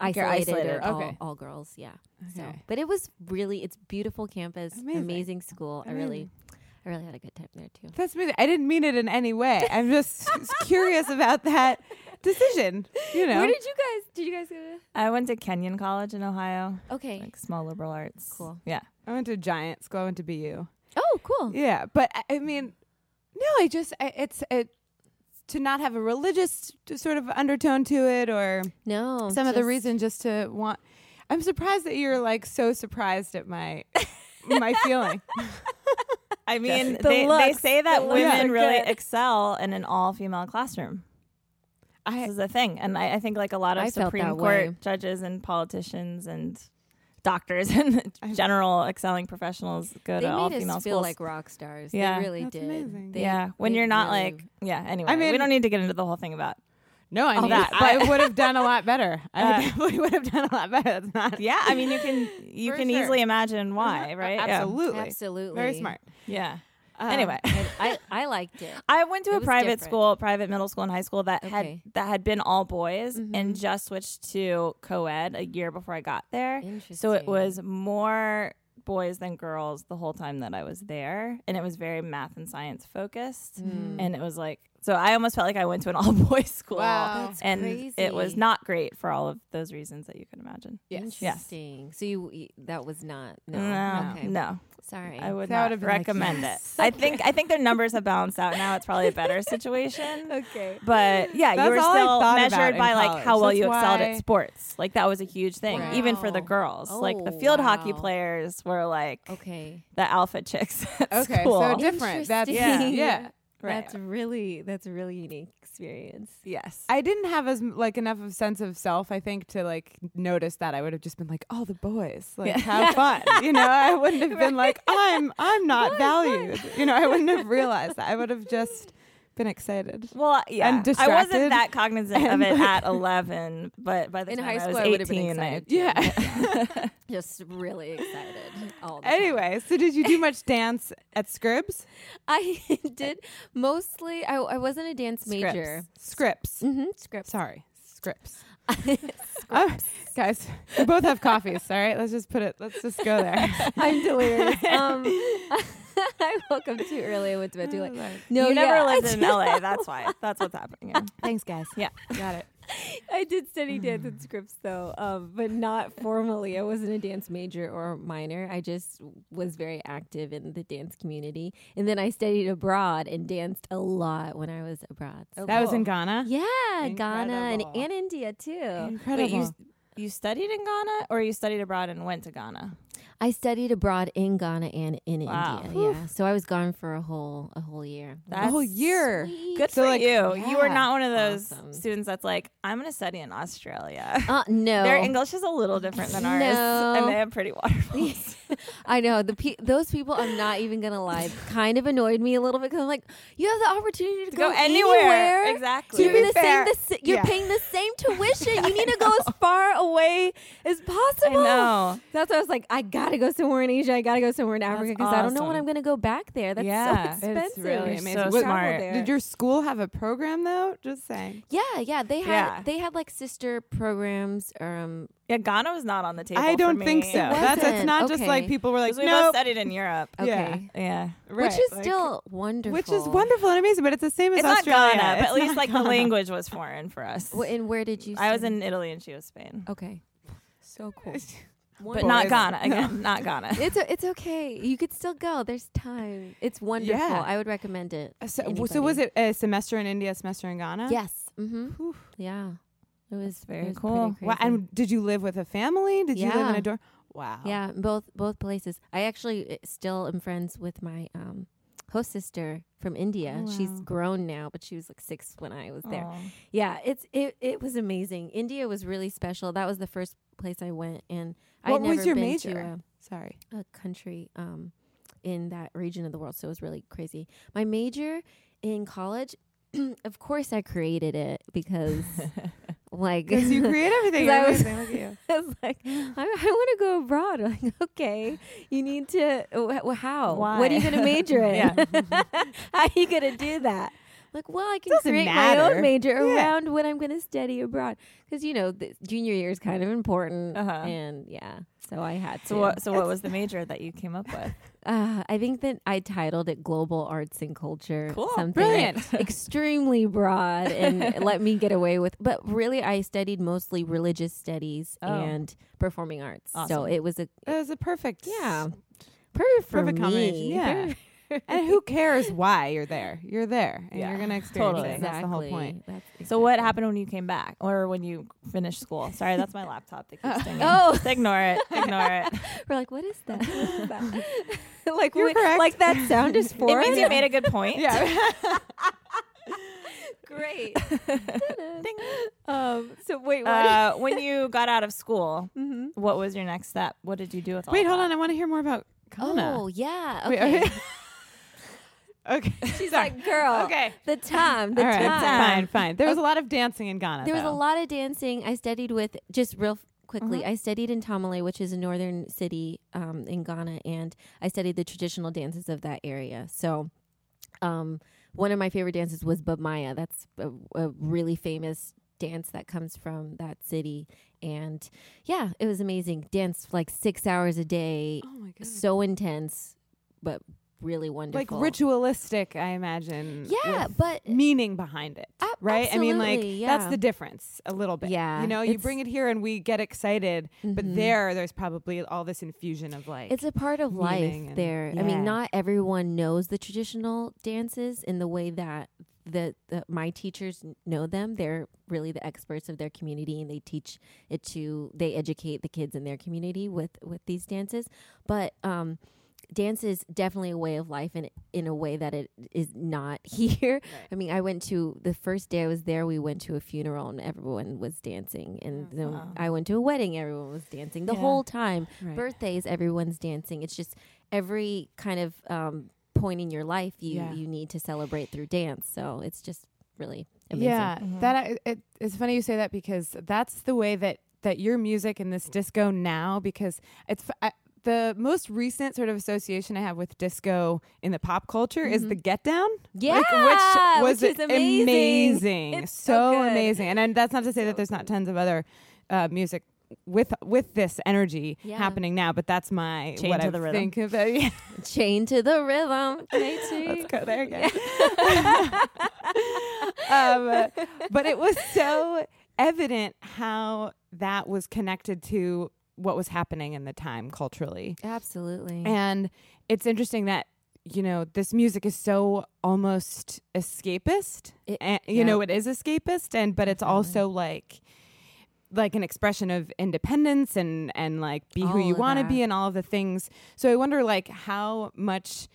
Speaker 2: Like you're
Speaker 3: isolated,
Speaker 2: isolated.
Speaker 3: or all-
Speaker 1: Okay.
Speaker 3: all, girls. Yeah. So,
Speaker 1: Okay.
Speaker 3: but it was really it's beautiful campus,
Speaker 1: Amazing.
Speaker 3: amazing, school. I really, I really had a good time there too.
Speaker 1: That's me. I didn't mean it in any way. I'm just curious about that decision. You know,
Speaker 3: Where did you guys? Did you guys go? to-
Speaker 2: I went to Kenyon College in Ohio,
Speaker 3: Okay.
Speaker 2: like small liberal arts.
Speaker 3: Cool.
Speaker 2: Yeah.
Speaker 1: I went to Giant School. I went to BU.
Speaker 3: oh, cool.
Speaker 1: Yeah, but I- I mean, no, I just I, it's it to not have a religious t- sort of undertone to it or
Speaker 3: No,
Speaker 1: some other
Speaker 3: Oh, just-
Speaker 1: reason just to want. I'm surprised that you're like so surprised at my my feeling.
Speaker 2: I mean,
Speaker 3: The
Speaker 2: they, they
Speaker 3: looks-
Speaker 2: say that
Speaker 3: the looks
Speaker 2: women
Speaker 3: are
Speaker 2: really
Speaker 3: good.
Speaker 2: excel in an all female classroom.
Speaker 1: I-
Speaker 2: this is a thing, and I, I think like a lot of
Speaker 3: I felt
Speaker 2: Supreme
Speaker 3: that
Speaker 2: Court
Speaker 3: way.
Speaker 2: judges and politicians and doctors and general excelling professionals go
Speaker 3: They
Speaker 2: to all
Speaker 3: made us
Speaker 2: female
Speaker 3: feel
Speaker 2: schools.
Speaker 3: like rock stars.
Speaker 2: Yeah.
Speaker 3: they really
Speaker 1: That's
Speaker 3: did.
Speaker 1: amazing.
Speaker 3: They-
Speaker 2: yeah, when
Speaker 3: they
Speaker 2: you're not
Speaker 3: really-
Speaker 2: like yeah. Anyway, we
Speaker 1: mean-
Speaker 2: don't need to get into the whole thing about
Speaker 1: No, I
Speaker 2: All
Speaker 1: mean,
Speaker 2: that,
Speaker 1: I
Speaker 2: but-
Speaker 1: would have done a lot better. I
Speaker 2: Uh,
Speaker 1: definitely would have done a lot better. That's not.
Speaker 2: yeah. I mean, you can you
Speaker 3: For
Speaker 2: can
Speaker 3: sure.
Speaker 2: easily imagine why, right? Yeah.
Speaker 1: Absolutely.
Speaker 3: absolutely
Speaker 1: Very smart.
Speaker 2: Yeah. anyway,
Speaker 3: And Uh, I I liked it.
Speaker 2: I went to
Speaker 3: It
Speaker 2: a
Speaker 3: was
Speaker 2: private
Speaker 3: different.
Speaker 2: school, private middle school and high school that had
Speaker 3: Okay. Mm-hmm.
Speaker 2: that had been all boys and just switched to co-ed a year before I got there. So it
Speaker 3: Interesting.
Speaker 2: was more boys than girls the whole time that I was there and it was very math and science focused
Speaker 3: Mm.
Speaker 2: and it was like so I almost felt like I went to an all boys school
Speaker 1: Wow. That's
Speaker 2: and it was
Speaker 3: Oh, crazy.
Speaker 2: not great for all of those reasons that you can imagine.
Speaker 1: Yes.
Speaker 3: Interesting. So you you- that was not Oh, no
Speaker 2: No.
Speaker 3: okay.
Speaker 2: No.
Speaker 3: Sorry.
Speaker 2: I would
Speaker 1: That
Speaker 2: not
Speaker 1: would've been like,
Speaker 2: recommend
Speaker 1: yes.
Speaker 2: it. I think I think their numbers have balanced out now. It's probably a better situation.
Speaker 3: Okay.
Speaker 2: But yeah,
Speaker 1: That's
Speaker 2: you were
Speaker 1: all I
Speaker 2: still
Speaker 1: thought about
Speaker 2: measured
Speaker 1: in
Speaker 2: by like how
Speaker 1: college.
Speaker 2: well
Speaker 1: That's
Speaker 2: you excelled
Speaker 1: why-
Speaker 2: at sports. Like that was a huge thing, even for the
Speaker 3: Wow.
Speaker 2: girls. like the
Speaker 3: Oh,
Speaker 2: field hockey
Speaker 3: wow.
Speaker 2: players were like
Speaker 3: Okay.
Speaker 2: the alpha chicks. At
Speaker 1: Okay,
Speaker 2: school.
Speaker 1: so different. That's yeah.
Speaker 3: Interesting.
Speaker 1: yeah.
Speaker 2: Right.
Speaker 3: That's really that's a really unique experience.
Speaker 2: yes.
Speaker 1: I didn't have as m- like enough of sense of self, I think, to like notice that. I would have just been like, "Oh, the boys, like have fun," you know. I wouldn't have been like, "I'm, I'm not valued," you know. I wouldn't have realized that. I would have just been excited.
Speaker 2: well, uh, yeah,
Speaker 1: and
Speaker 2: I wasn't
Speaker 1: distracted
Speaker 2: that cognizant of
Speaker 1: and,
Speaker 2: it
Speaker 1: like-
Speaker 2: at eleven, but by the
Speaker 3: In
Speaker 2: time
Speaker 3: high
Speaker 2: I was
Speaker 3: school, I would've been
Speaker 2: eighteen,
Speaker 3: excited.
Speaker 1: Yeah.
Speaker 3: Just really excited. All the time.
Speaker 1: anyway, so did you do much dance at Scribs?
Speaker 3: I did mostly. I, I wasn't a dance major.
Speaker 1: Scripps.
Speaker 3: Mm-hmm. Script.
Speaker 1: Sorry, Scripps. Oh, guys, we both have coffees. All right, let's just put it. Let's just go there.
Speaker 3: I'm delirious. Um, I woke up too early. I went to bed too late. No,
Speaker 2: Oh, you never
Speaker 3: yeah, I
Speaker 2: lived in
Speaker 3: did-
Speaker 2: LA. That's why. That's what's happening. Yeah.
Speaker 1: Thanks, guys.
Speaker 2: Yeah.
Speaker 1: got it.
Speaker 3: I did
Speaker 2: Mm.
Speaker 3: study dance and scripts though, um, but not formally. I wasn't a dance major or minor. I just was very active in the dance community, and then I studied abroad and danced a lot when I was abroad. So-
Speaker 1: That was in Ghana.
Speaker 3: yeah, Ghana and,
Speaker 1: Incredible.
Speaker 3: and India too.
Speaker 1: Incredible.
Speaker 2: you, you studied in Ghana, or you studied abroad and went to Ghana?
Speaker 3: I studied abroad in Ghana and in
Speaker 2: Wow.
Speaker 3: India. Yeah, so I was gone for a whole a whole year.
Speaker 1: a whole year.
Speaker 2: Good
Speaker 1: So,
Speaker 2: for
Speaker 1: like,
Speaker 2: you. You are
Speaker 3: yeah.
Speaker 2: not one of those
Speaker 3: Awesome.
Speaker 2: students that's like, I'm going to study in Australia.
Speaker 3: Uh, no,
Speaker 2: Their English is a little different than ours,
Speaker 3: No.
Speaker 2: and they have pretty waterfalls.
Speaker 3: I know the pe- those people. I'm not even gonna lie. Kind of annoyed me a little bit because I'm like, you have the opportunity to,
Speaker 2: To go anywhere.
Speaker 3: anywhere.
Speaker 2: Exactly.
Speaker 3: You're,
Speaker 2: To be
Speaker 3: gonna
Speaker 1: fair,
Speaker 3: save the si- you're
Speaker 1: yeah.
Speaker 3: paying the same tuition. You need to go as far away as possible.
Speaker 2: know.
Speaker 3: That's why I was like, I gotta go somewhere in Asia. I gotta go somewhere in Africa because I don't know when
Speaker 2: awesome.
Speaker 3: I'm gonna go back there. That's
Speaker 2: Yeah. It's
Speaker 3: so expensive.
Speaker 1: really
Speaker 2: You're
Speaker 1: amazing.
Speaker 2: so
Speaker 1: What-
Speaker 2: smart.
Speaker 3: Travel
Speaker 1: Did your school have a program though? Just saying.
Speaker 3: Yeah, yeah. They had
Speaker 2: Yeah.
Speaker 3: they had like sister programs. Um,
Speaker 2: yeah, Ghana was not on the table.
Speaker 1: I
Speaker 2: for
Speaker 1: don't think
Speaker 2: me.
Speaker 1: so. That's it's
Speaker 3: wasn't.
Speaker 1: not just like
Speaker 3: Okay.
Speaker 1: people were like
Speaker 2: 'Cause we
Speaker 1: no,
Speaker 2: both studied in Europe.
Speaker 3: okay,
Speaker 1: Yeah.
Speaker 2: Yeah.
Speaker 3: which
Speaker 1: Right,
Speaker 3: is
Speaker 1: like-
Speaker 3: still wonderful.
Speaker 1: which is wonderful and amazing, but it's the same as
Speaker 2: It's not
Speaker 1: Australia.
Speaker 2: Ghana, but
Speaker 1: It's
Speaker 2: at least
Speaker 1: not
Speaker 2: like
Speaker 1: Ghana.
Speaker 2: the language was foreign for us.
Speaker 3: Wh- and where did you?
Speaker 2: I was
Speaker 3: study?
Speaker 2: in Italy and she was Spain.
Speaker 1: Oh,
Speaker 3: Okay. So cool.
Speaker 1: Uh,
Speaker 2: But not
Speaker 1: Boys.
Speaker 2: Ghana again. Not Ghana.
Speaker 3: It's a, it's okay. You could still go. There's time. It's wonderful.
Speaker 1: Yeah.
Speaker 3: I would recommend it.
Speaker 1: Uh,
Speaker 3: to
Speaker 1: So, w- so was
Speaker 3: anybody.
Speaker 1: it a semester in India, a semester in Ghana?
Speaker 3: Yes. Mm-hmm.
Speaker 1: Whew.
Speaker 3: Yeah. It was
Speaker 2: very
Speaker 3: it was pretty
Speaker 2: cool.
Speaker 1: Wow.
Speaker 3: crazy.
Speaker 1: And did you live with a family? Did you live in
Speaker 3: Yeah.
Speaker 1: a dorm? Wow.
Speaker 3: yeah, both both places. I actually uh, still am friends with my um, host sister from India.
Speaker 1: Oh,
Speaker 3: She's grown now, but she was like six when I was there.
Speaker 2: Aw.
Speaker 3: Yeah, it's it it was amazing. India was really special. That was the first place I went, and
Speaker 1: What
Speaker 3: I'd never
Speaker 1: was your
Speaker 3: been
Speaker 1: major?
Speaker 3: To a,
Speaker 1: Sorry.
Speaker 3: a country um, in that region of the world. So it was really crazy. My major in college, of course, I created it because, like,
Speaker 1: Because you create everything.
Speaker 3: 'Cause I
Speaker 1: You're
Speaker 3: was-
Speaker 1: amazing. Look at you.
Speaker 3: I was like, I, I want to go abroad. I'm like, okay, you need to. Wh- wh- how? What are you
Speaker 2: Why?
Speaker 3: going to major in?
Speaker 2: Yeah.
Speaker 3: how are you going to do that? Like, well, I can
Speaker 1: Doesn't
Speaker 3: create my
Speaker 1: matter.
Speaker 3: own major
Speaker 1: Yeah.
Speaker 3: around what I'm going to study abroad because you know the junior year is kind of important,
Speaker 2: Uh-huh.
Speaker 3: and yeah, so I had to.
Speaker 2: So what? So what was the major that you came up with?
Speaker 3: Uh, I think that I titled it Global Arts and Culture.
Speaker 2: Cool.
Speaker 3: Something
Speaker 2: Brilliant.
Speaker 3: Extremely broad and let me get away with. But really, I studied mostly religious studies
Speaker 2: Oh.
Speaker 3: and performing arts. So
Speaker 2: Awesome.
Speaker 3: it was a
Speaker 1: That was a perfect.
Speaker 3: yeah, perfect for
Speaker 1: Perfect
Speaker 3: me.
Speaker 1: combination. Yeah. and who cares why you're there? You're there, and you're gonna experience
Speaker 2: totally.
Speaker 1: it. and That's the whole point.
Speaker 3: That's
Speaker 2: So what happened when you came back or when you finished school? Sorry, that's my laptop that keeps dinging.
Speaker 3: Oh.
Speaker 2: Just ignore it. Ignore it.
Speaker 3: We're like, what is that? What is that? like,
Speaker 1: You're
Speaker 3: we-
Speaker 1: correct.
Speaker 3: like that sound is for
Speaker 2: it means you made a good point.
Speaker 1: Yeah,
Speaker 3: great. um, so wait, what?
Speaker 2: Uh, when you got out of school, what was your next step? What did you do with all
Speaker 1: Mm-hmm. wait,
Speaker 2: that?
Speaker 1: hold on. I want to hear more about Kana.
Speaker 3: oh yeah,
Speaker 1: Wait,
Speaker 3: okay.
Speaker 1: okay,
Speaker 3: She's like, girl,
Speaker 1: Okay.
Speaker 3: the time, the
Speaker 1: all right,
Speaker 3: time.
Speaker 1: fine, fine. There was a lot of dancing in Ghana.
Speaker 3: There was a
Speaker 1: though.
Speaker 3: lot of dancing. I studied with just real f- quickly.
Speaker 1: Mm-hmm.
Speaker 3: I studied in Tamale, which is a northern city um, in Ghana, and I studied the traditional dances of that area. So, um, one of my favorite dances was Babaya. That's a, a really famous dance that comes from that city, and yeah, it was amazing. Danced like six hours a day,
Speaker 1: Oh my god.
Speaker 3: so intense, but really
Speaker 1: like
Speaker 3: wonderful.
Speaker 1: ritualistic, I imagine.
Speaker 3: Yeah,
Speaker 1: with
Speaker 3: but
Speaker 1: meaning behind it,
Speaker 3: A-
Speaker 1: right? I mean, like
Speaker 3: absolutely,
Speaker 1: that's
Speaker 3: yeah.
Speaker 1: the difference a little bit.
Speaker 3: Yeah,
Speaker 1: you know, you
Speaker 3: it's- Mm-hmm.
Speaker 1: bring it here and we get excited, but there, there's probably all this infusion of like
Speaker 3: It's a part of
Speaker 1: meaning
Speaker 3: life
Speaker 1: and-
Speaker 3: there. I
Speaker 1: Yeah.
Speaker 3: mean, not everyone knows the traditional dances in the way that the, the my teachers n- know them. They're really the experts of their community, and they teach it to they educate the kids in their community with with these dances. But um, dance is definitely a way of life, and in a way that it is not here. I mean, I went to the first day I was there. We went to a funeral, and everyone was dancing. And
Speaker 1: Oh,
Speaker 3: then I went to a wedding. Everyone was dancing the whole time
Speaker 1: Right.
Speaker 3: birthdays everyone's dancing it's just every kind of um, point in your life you
Speaker 1: Yeah.
Speaker 3: you need to celebrate through dance so it's just really amazing
Speaker 1: Yeah, that I, it, it's funny you say that because that's the way that that your music and this disco now because it's f I the most recent sort of association I have with disco in the pop culture is the Get Down. like,
Speaker 3: Mm-hmm. Yeah,
Speaker 1: which was
Speaker 3: which is amazing.
Speaker 1: amazing.
Speaker 3: It's
Speaker 1: so
Speaker 3: so good.
Speaker 1: amazing, and, and that's not to say that there's not tons of other uh, music. With with this energy
Speaker 3: Yeah.
Speaker 1: happening now, but that's my
Speaker 2: Chained
Speaker 1: what
Speaker 2: to
Speaker 1: I
Speaker 2: the rhythm.
Speaker 1: think of. it. Yeah,
Speaker 3: chain to the rhythm let's
Speaker 1: go there again. um, but it was so evident how that was connected to what was happening in the time culturally.
Speaker 3: absolutely
Speaker 1: And it's interesting that you know this music is so almost escapist.
Speaker 3: It-
Speaker 1: and, you
Speaker 3: yeah.
Speaker 1: know it is escapist and but it's also like like an expression of independence and and like be who
Speaker 3: All
Speaker 1: you
Speaker 3: of
Speaker 1: want to be
Speaker 3: that.
Speaker 1: and all of the things. So I wonder like how much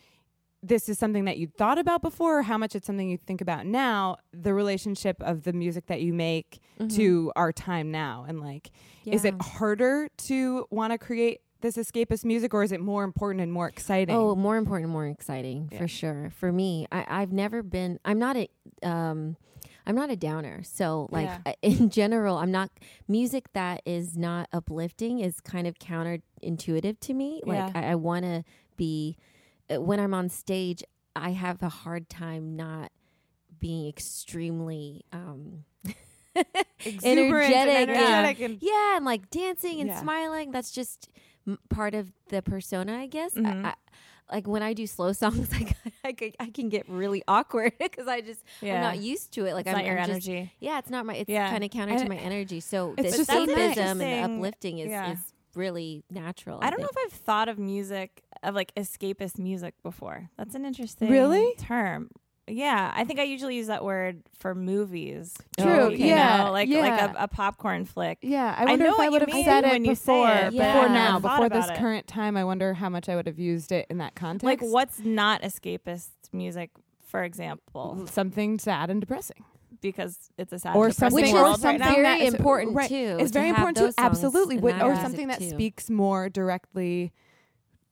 Speaker 1: this is something that you thought about before or how much it's something you think about now the relationship of the music that you make
Speaker 3: Mm-hmm.
Speaker 1: to our time now and like is it
Speaker 3: Yeah.
Speaker 1: harder to want to create this escapist music or is it more important and more exciting
Speaker 3: Oh, more important, more exciting for sure. For me, I, I've never been. I'm not a. Um, I'm not a downer. So, like I- in general, I'm not music that is not uplifting is kind of counterintuitive to me. Like I, I want to be uh, when I'm on stage. I have a hard time not being extremely um,
Speaker 1: Exuberant and energetic
Speaker 3: yeah.
Speaker 1: and-
Speaker 3: yeah, and like dancing and
Speaker 1: Yeah.
Speaker 3: smiling. That's just m- part of the persona, I guess. I, I, like when I do slow songs, like I, can, I can get really awkward because I just
Speaker 2: Yeah.
Speaker 3: I'm not used to it. Like
Speaker 2: It's
Speaker 3: I'm
Speaker 2: not your
Speaker 3: I'm just-
Speaker 2: energy.
Speaker 3: yeah, it's not my. It's
Speaker 2: Yeah.
Speaker 3: kind of counter to my energy. So the
Speaker 1: It's just so nice.
Speaker 3: escapism and the
Speaker 2: Interesting.
Speaker 3: uplifting is,
Speaker 2: Yeah.
Speaker 3: is really natural.
Speaker 2: I don't know
Speaker 3: think.
Speaker 2: if I've thought of music of like escapist music before. That's an interesting
Speaker 1: Really?
Speaker 2: term. Yeah, I think I usually use that word for movies.
Speaker 1: True,
Speaker 2: You
Speaker 1: yeah,
Speaker 2: know, like
Speaker 1: yeah.
Speaker 2: like a, a popcorn flick.
Speaker 1: yeah i
Speaker 2: I
Speaker 1: wonder
Speaker 2: know
Speaker 1: if
Speaker 2: what
Speaker 1: i
Speaker 2: you
Speaker 1: would have
Speaker 2: mean
Speaker 1: said it
Speaker 2: when you say
Speaker 1: before
Speaker 2: it,
Speaker 3: but
Speaker 1: before
Speaker 3: yeah.
Speaker 1: now
Speaker 2: I've thought
Speaker 1: before this
Speaker 2: about it.
Speaker 1: current time i wonder how much i would have used it in that context
Speaker 2: Like what's not escapist music, for example,
Speaker 1: something sad and depressing
Speaker 2: because it's a sad
Speaker 1: or
Speaker 2: depressing
Speaker 1: something
Speaker 3: Which is
Speaker 2: world right
Speaker 3: something
Speaker 2: now.
Speaker 3: very
Speaker 1: that is-
Speaker 3: important,
Speaker 1: right,
Speaker 3: too,
Speaker 1: it's
Speaker 3: to
Speaker 1: very
Speaker 3: have
Speaker 1: important
Speaker 3: those
Speaker 1: too
Speaker 3: songs
Speaker 1: absolutely
Speaker 3: in
Speaker 1: What-
Speaker 3: that
Speaker 1: or
Speaker 3: music,
Speaker 1: something that
Speaker 3: too.
Speaker 1: speaks more directly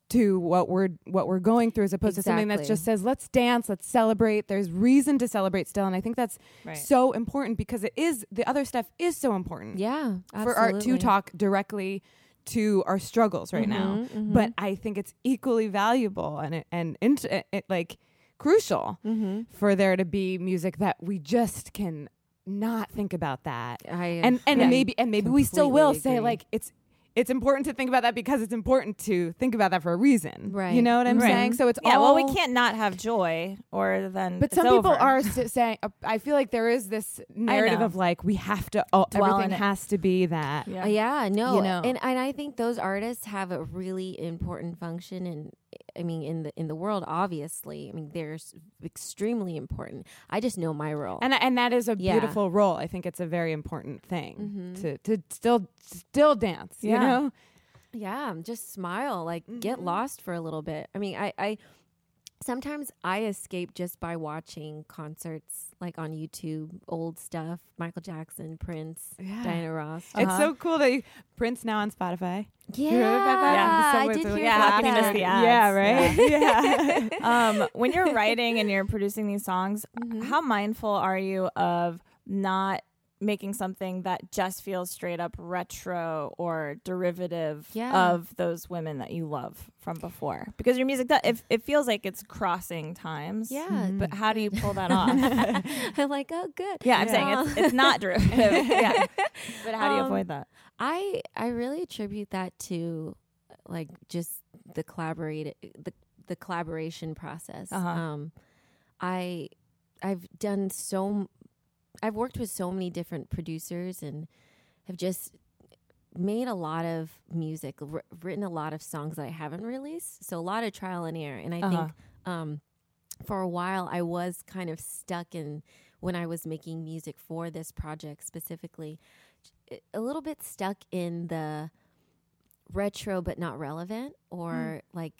Speaker 1: to what we're what we're going through as opposed to something that
Speaker 3: Exactly.
Speaker 1: just says let's dance let's celebrate there's reason to celebrate still and i think that's
Speaker 2: Right.
Speaker 1: so important because it is the other stuff is so important
Speaker 3: Yeah,
Speaker 1: for art to
Speaker 3: absolutely.
Speaker 1: talk directly to our struggles right now.
Speaker 3: Mm-hmm,
Speaker 1: But I think it's equally valuable and it- and int- it, it, like crucial
Speaker 3: Mm-hmm.
Speaker 1: for there to be music that we just can not think about that.
Speaker 3: I
Speaker 1: and and
Speaker 3: agree.
Speaker 1: maybe and maybe we still will
Speaker 3: Completely
Speaker 1: say
Speaker 3: agree.
Speaker 1: like it's it's important to think about that because it's important to think about that for a reason. You
Speaker 3: Right. Mm-hmm.
Speaker 1: know what I'm
Speaker 3: Right.
Speaker 1: saying? So it's
Speaker 2: yeah.
Speaker 1: all
Speaker 2: Well, we can't not have joy, or then.
Speaker 1: but
Speaker 2: it's
Speaker 1: some people
Speaker 2: over.
Speaker 1: are s- saying, uh, I feel like there is this narrative
Speaker 2: know.
Speaker 1: of like, we have to, oh,
Speaker 2: Dwell
Speaker 1: everything
Speaker 2: in it.
Speaker 1: has to be that.
Speaker 3: Uh, yeah, no,
Speaker 1: know.
Speaker 3: and and I think those artists have a really important function in I mean, in the in the world, obviously, I mean, they're s- extremely important. I just know my role.
Speaker 1: and and that is a
Speaker 3: Yeah.
Speaker 1: beautiful role. I think it's a very important thing to to still still dance. You
Speaker 2: Yeah.
Speaker 1: know,
Speaker 3: Yeah, just smile, like
Speaker 1: Mm-hmm.
Speaker 3: get lost for a little bit. I mean, I, I sometimes I escape just by watching concerts, like on YouTube, old stuff, Michael Jackson, Prince, Diana Ross.
Speaker 1: it's so cool that you, Prince now on Spotify.
Speaker 3: yeah,
Speaker 1: You heard about that?
Speaker 3: yeah, I
Speaker 1: So
Speaker 3: did
Speaker 1: it's
Speaker 3: hear
Speaker 1: like-
Speaker 2: yeah,
Speaker 3: about
Speaker 2: how can you miss
Speaker 3: that.
Speaker 2: the ads?
Speaker 1: Yeah, right. Yeah. Mm-hmm.
Speaker 2: um, when you're writing and you're producing these songs,
Speaker 3: Mm-hmm.
Speaker 2: how mindful are you of not making something that just feels straight up retro or derivative
Speaker 3: Yeah.
Speaker 2: of those women that you love from before? Because your music, does, it, it feels like it's crossing times.
Speaker 3: Yeah,
Speaker 2: But how do you pull that off?
Speaker 3: I'm Mm-hmm. like, oh, good.
Speaker 2: yeah, I'm saying it's, it's not derivative. yeah. But how do you
Speaker 3: Um,
Speaker 2: avoid that?
Speaker 3: I I really attribute that to like just the collaborate the the collaboration process.
Speaker 2: Uh-huh.
Speaker 3: Um, I I've done so m- I've worked with so many different producers and have just made a lot of music, wr- written a lot of songs that I haven't released. So a lot of trial and error, and I
Speaker 2: Uh-huh.
Speaker 3: think um, for a while I was kind of stuck in when I was making music for this project specifically a little bit stuck in the retro but not relevant or like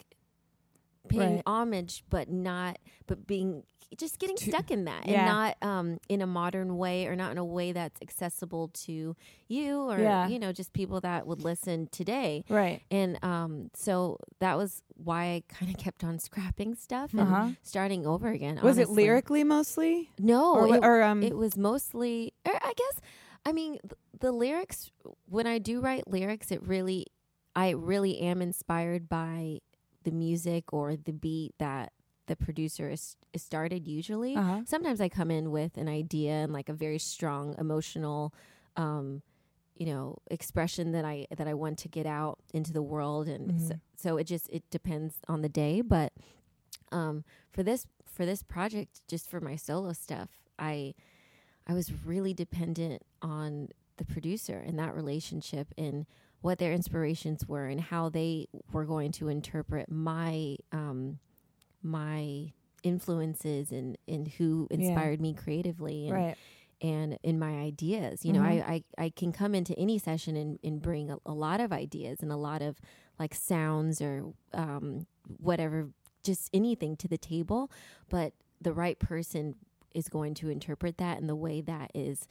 Speaker 3: paying
Speaker 2: Mm. Right.
Speaker 3: homage but not but being just getting stuck in that
Speaker 2: Yeah.
Speaker 3: and not um in a modern way or not in a way that's accessible to you or
Speaker 2: Yeah.
Speaker 3: you know just people that would listen today
Speaker 2: Right.
Speaker 3: and um so that was why I kind of kept on scrapping stuff and
Speaker 2: Uh-huh.
Speaker 3: starting over again
Speaker 1: Was it
Speaker 3: honestly.
Speaker 1: lyrically mostly?
Speaker 3: No,
Speaker 1: Or wha-
Speaker 3: it,
Speaker 1: or, um,
Speaker 3: it was mostly. Or I guess, I mean, th- the lyrics. When I do write lyrics, it really, I really am inspired by the music or the beat that the producer is, is started. Usually,
Speaker 2: Uh-huh.
Speaker 3: sometimes I come in with an idea and like a very strong emotional, um, you know, expression that I that I want to get out into the world, and so, so it just it depends on the day, but um, for this for this project, just for my solo stuff, I I was really dependent on the producer and that relationship and what their inspirations were and how they were going to interpret my um, my influences and and who inspired me creatively and
Speaker 2: Right.
Speaker 3: and in my ideas. You know, I, I, I can come into any session and, and bring a, a lot of ideas and a lot of like sounds or um, whatever, just anything to the table. But the right person is going to interpret that in the way that is,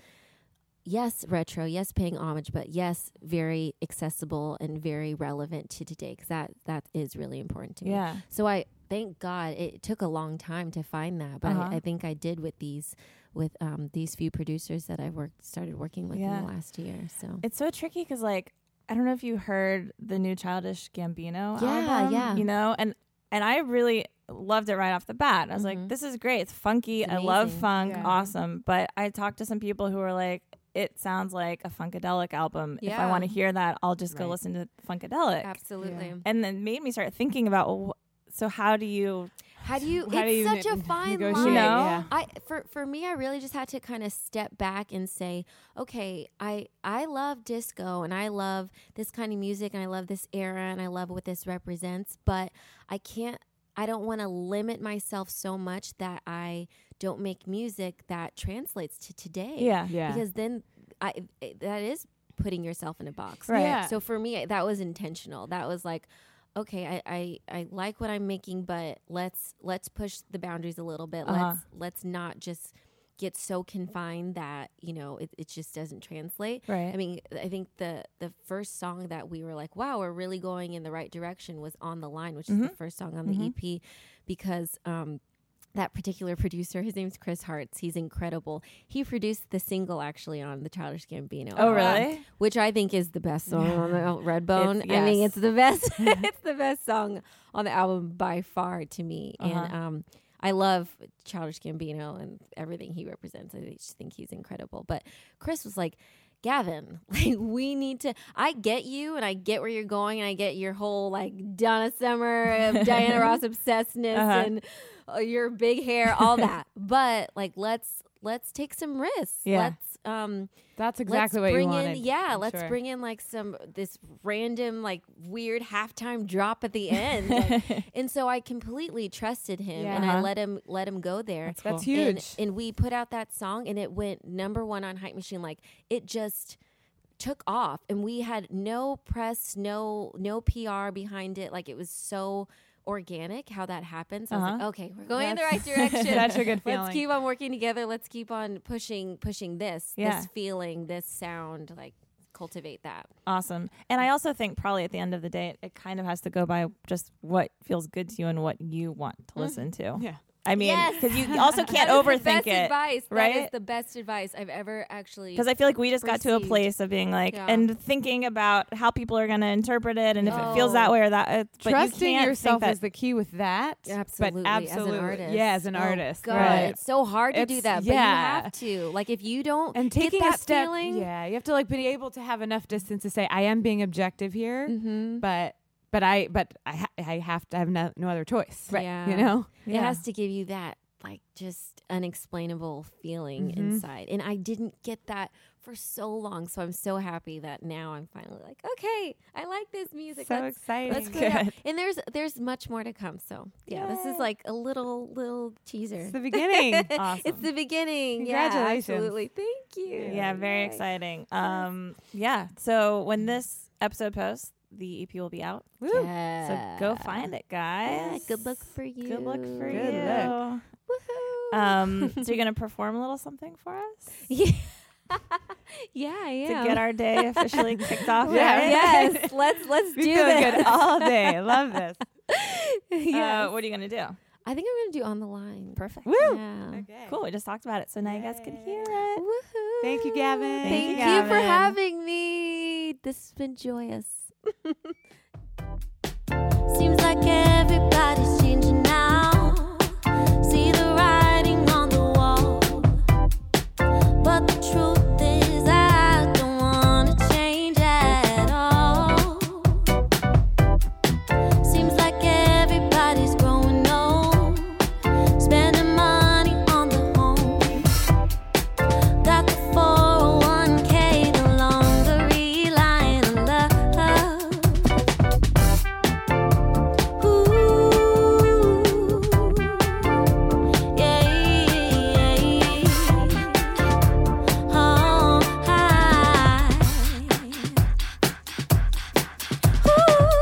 Speaker 3: yes, retro, yes, paying homage, but yes, very accessible and very relevant to today because that, that is really important to me.
Speaker 2: Yeah.
Speaker 3: So I thank God it took a long time to find that, but
Speaker 1: Uh-huh.
Speaker 3: I, I think I did with these with um, these few producers that I worked started working with
Speaker 2: Yeah.
Speaker 3: in the last year. So
Speaker 2: It's so tricky because, like, I don't know if you heard the new Childish Gambino
Speaker 3: Yeah,
Speaker 2: album.
Speaker 3: yeah.
Speaker 2: You know, and and I really loved it right off the bat. I was like, this is great. It's funky. I love
Speaker 3: Mm-hmm. amazing.
Speaker 2: funk. Awesome. But I talked to some people who were like, it sounds like a funkadelic album. If I
Speaker 3: Yeah.
Speaker 2: want to hear that, I'll just go listen to funkadelic.
Speaker 3: absolutely.
Speaker 2: And then made me start thinking about well, wh- so how do you
Speaker 3: How do you?
Speaker 1: How do
Speaker 3: it's
Speaker 1: you
Speaker 3: such
Speaker 1: ne-
Speaker 3: a fine
Speaker 1: negotiate?
Speaker 3: line.
Speaker 2: You know? Yeah.
Speaker 3: I for for me, I really just had to kind of step back and say, okay, I I love disco and I love this kind of music and I love this era and I love what this represents, but I can't. I don't want to limit myself so much that I don't make music that translates to today.
Speaker 2: yeah
Speaker 1: Yeah.
Speaker 3: because then I it- that is putting yourself in a box.
Speaker 2: Right.
Speaker 1: Yeah.
Speaker 3: So for me, that was intentional. That was like, okay, I, I, I like what I'm making, but let's let's push the boundaries a little bit.
Speaker 2: Uh-huh.
Speaker 3: Let's let's not just get so confined that you know it, it just doesn't translate.
Speaker 2: Right.
Speaker 3: I mean, I think the the first song that we were like, wow, we're really going in the right direction was on the line, which
Speaker 2: Mm-hmm.
Speaker 3: is the first song on the EP, because. um that particular producer, his name's Chris Hartz. He's incredible. He produced the single actually on the Childish Gambino.
Speaker 2: Oh,
Speaker 3: album,
Speaker 2: really?
Speaker 3: Which I think is the best song on the al- Redbone.
Speaker 2: It's-
Speaker 3: I mean,
Speaker 2: yes.
Speaker 3: it's the best. it's the best song on the album by far to me.
Speaker 2: Uh-huh.
Speaker 3: And um, I love Childish Gambino and everything he represents. I just think he's incredible. But Chris was like. Gavin, like we need to. I get you, and I get where you're going, and I get your whole like Donna Summer,
Speaker 2: Uh-huh.
Speaker 3: Diana Ross obsessedness, and uh, your big hair, all that. But like, let's let's take some risks.
Speaker 2: Yeah.
Speaker 3: Let's um
Speaker 1: That's exactly
Speaker 3: let's
Speaker 1: what you
Speaker 3: bring
Speaker 1: wanted.
Speaker 3: in yeah,
Speaker 1: I'm
Speaker 3: let's
Speaker 1: sure.
Speaker 3: bring in like some this random like weird halftime drop at the end. Like, and so I completely trusted him and I
Speaker 2: Yeah.
Speaker 3: let him let him go there.
Speaker 1: That's
Speaker 2: cool.
Speaker 1: huge.
Speaker 3: And, and we put out that song and it went number one on Hype Machine. Like it just took off and we had no press, no no PR behind it. Like it was so organic how that happens. I was like, okay, we're going in the right direction.
Speaker 1: Uh-huh. That's a good feeling.
Speaker 3: Let's keep on working together. Let's keep on pushing pushing this,
Speaker 2: Yeah.
Speaker 3: this feeling, this sound, like cultivate that.
Speaker 2: Awesome. And I also think probably at the end of the day, it kind of has to go by just what feels good to you and what you want to listen to.
Speaker 1: Mm-hmm. Yeah.
Speaker 2: I mean,
Speaker 3: Yes.
Speaker 2: because you also can't
Speaker 3: That is the
Speaker 2: overthink
Speaker 3: best
Speaker 2: it,
Speaker 3: Advice.
Speaker 2: right?
Speaker 3: That is the best advice I've ever actually
Speaker 2: because I feel like we just got to a
Speaker 3: Received.
Speaker 2: place of being like
Speaker 3: Yeah.
Speaker 2: and thinking about how people are going to interpret it and if it feels
Speaker 3: No.
Speaker 2: that way or that. It, but you
Speaker 1: Trusting
Speaker 2: can't think
Speaker 1: yourself
Speaker 2: that,
Speaker 1: is the key with that.
Speaker 3: Absolutely.
Speaker 1: But absolutely.
Speaker 3: As an artist.
Speaker 1: Yeah, as an
Speaker 3: Oh,
Speaker 1: artist.
Speaker 3: God,
Speaker 1: Right.
Speaker 3: it's so hard to do
Speaker 1: It's-
Speaker 3: that,
Speaker 1: yeah.
Speaker 3: but you have to. Like if you don't
Speaker 1: and
Speaker 3: get
Speaker 1: taking
Speaker 3: that
Speaker 1: a step,
Speaker 3: feeling,
Speaker 1: yeah, you have to like be able to have enough distance to say, "I am being objective here,"
Speaker 3: Mm-hmm.
Speaker 1: but but I but I ha- I have to have no, no other choice,
Speaker 3: Right. Yeah.
Speaker 1: You know,
Speaker 3: it has to give you that like just unexplainable feeling
Speaker 1: Mm-hmm.
Speaker 3: inside. And I didn't get that for so long, so I'm so happy that now I'm finally like, okay, I like this music.
Speaker 1: so
Speaker 3: let's,
Speaker 1: exciting.
Speaker 3: let's go. down. And there's there's much more to come. So yeah, this is like a little little teaser.
Speaker 1: It's the beginning.
Speaker 3: It's the beginning. Yeah,
Speaker 1: Congratulations.
Speaker 3: absolutely. Thank you.
Speaker 2: Yeah, very
Speaker 3: Yay.
Speaker 2: exciting. Um, yeah. So when this episode posts, the EP will be out.
Speaker 1: Woo.
Speaker 3: Yeah.
Speaker 2: So go find it,
Speaker 3: Yeah,
Speaker 2: guys.
Speaker 3: good luck for you.
Speaker 2: Good luck for
Speaker 1: Good
Speaker 2: you.
Speaker 1: luck.
Speaker 3: Woohoo.
Speaker 2: Um, so you're gonna perform a little something for us
Speaker 3: yeah. yeah, I am.
Speaker 2: to get our day officially kicked off.
Speaker 1: Yeah.
Speaker 2: right?
Speaker 3: yes, let's let's
Speaker 1: We
Speaker 3: do
Speaker 1: feel
Speaker 3: this.
Speaker 1: good all day. I Love this.
Speaker 2: Uh, what are you gonna do?
Speaker 3: I think I'm gonna do on the line.
Speaker 2: Perfect.
Speaker 3: Yeah.
Speaker 2: Cool. We just talked about it, so now you guys can hear it.
Speaker 3: Woohoo.
Speaker 1: Thank you, Gavin.
Speaker 3: Thank,
Speaker 2: Thank you,
Speaker 3: you, for
Speaker 2: Gavin.
Speaker 3: having me. This has been joyous. Seems like everybody's changing now. See the writing on the wall. But the truth is, I don't want to change at all. Seems like everybody's growing old, spending money on the home. Got the 401k, no longer relying on love. Ooh. Oh,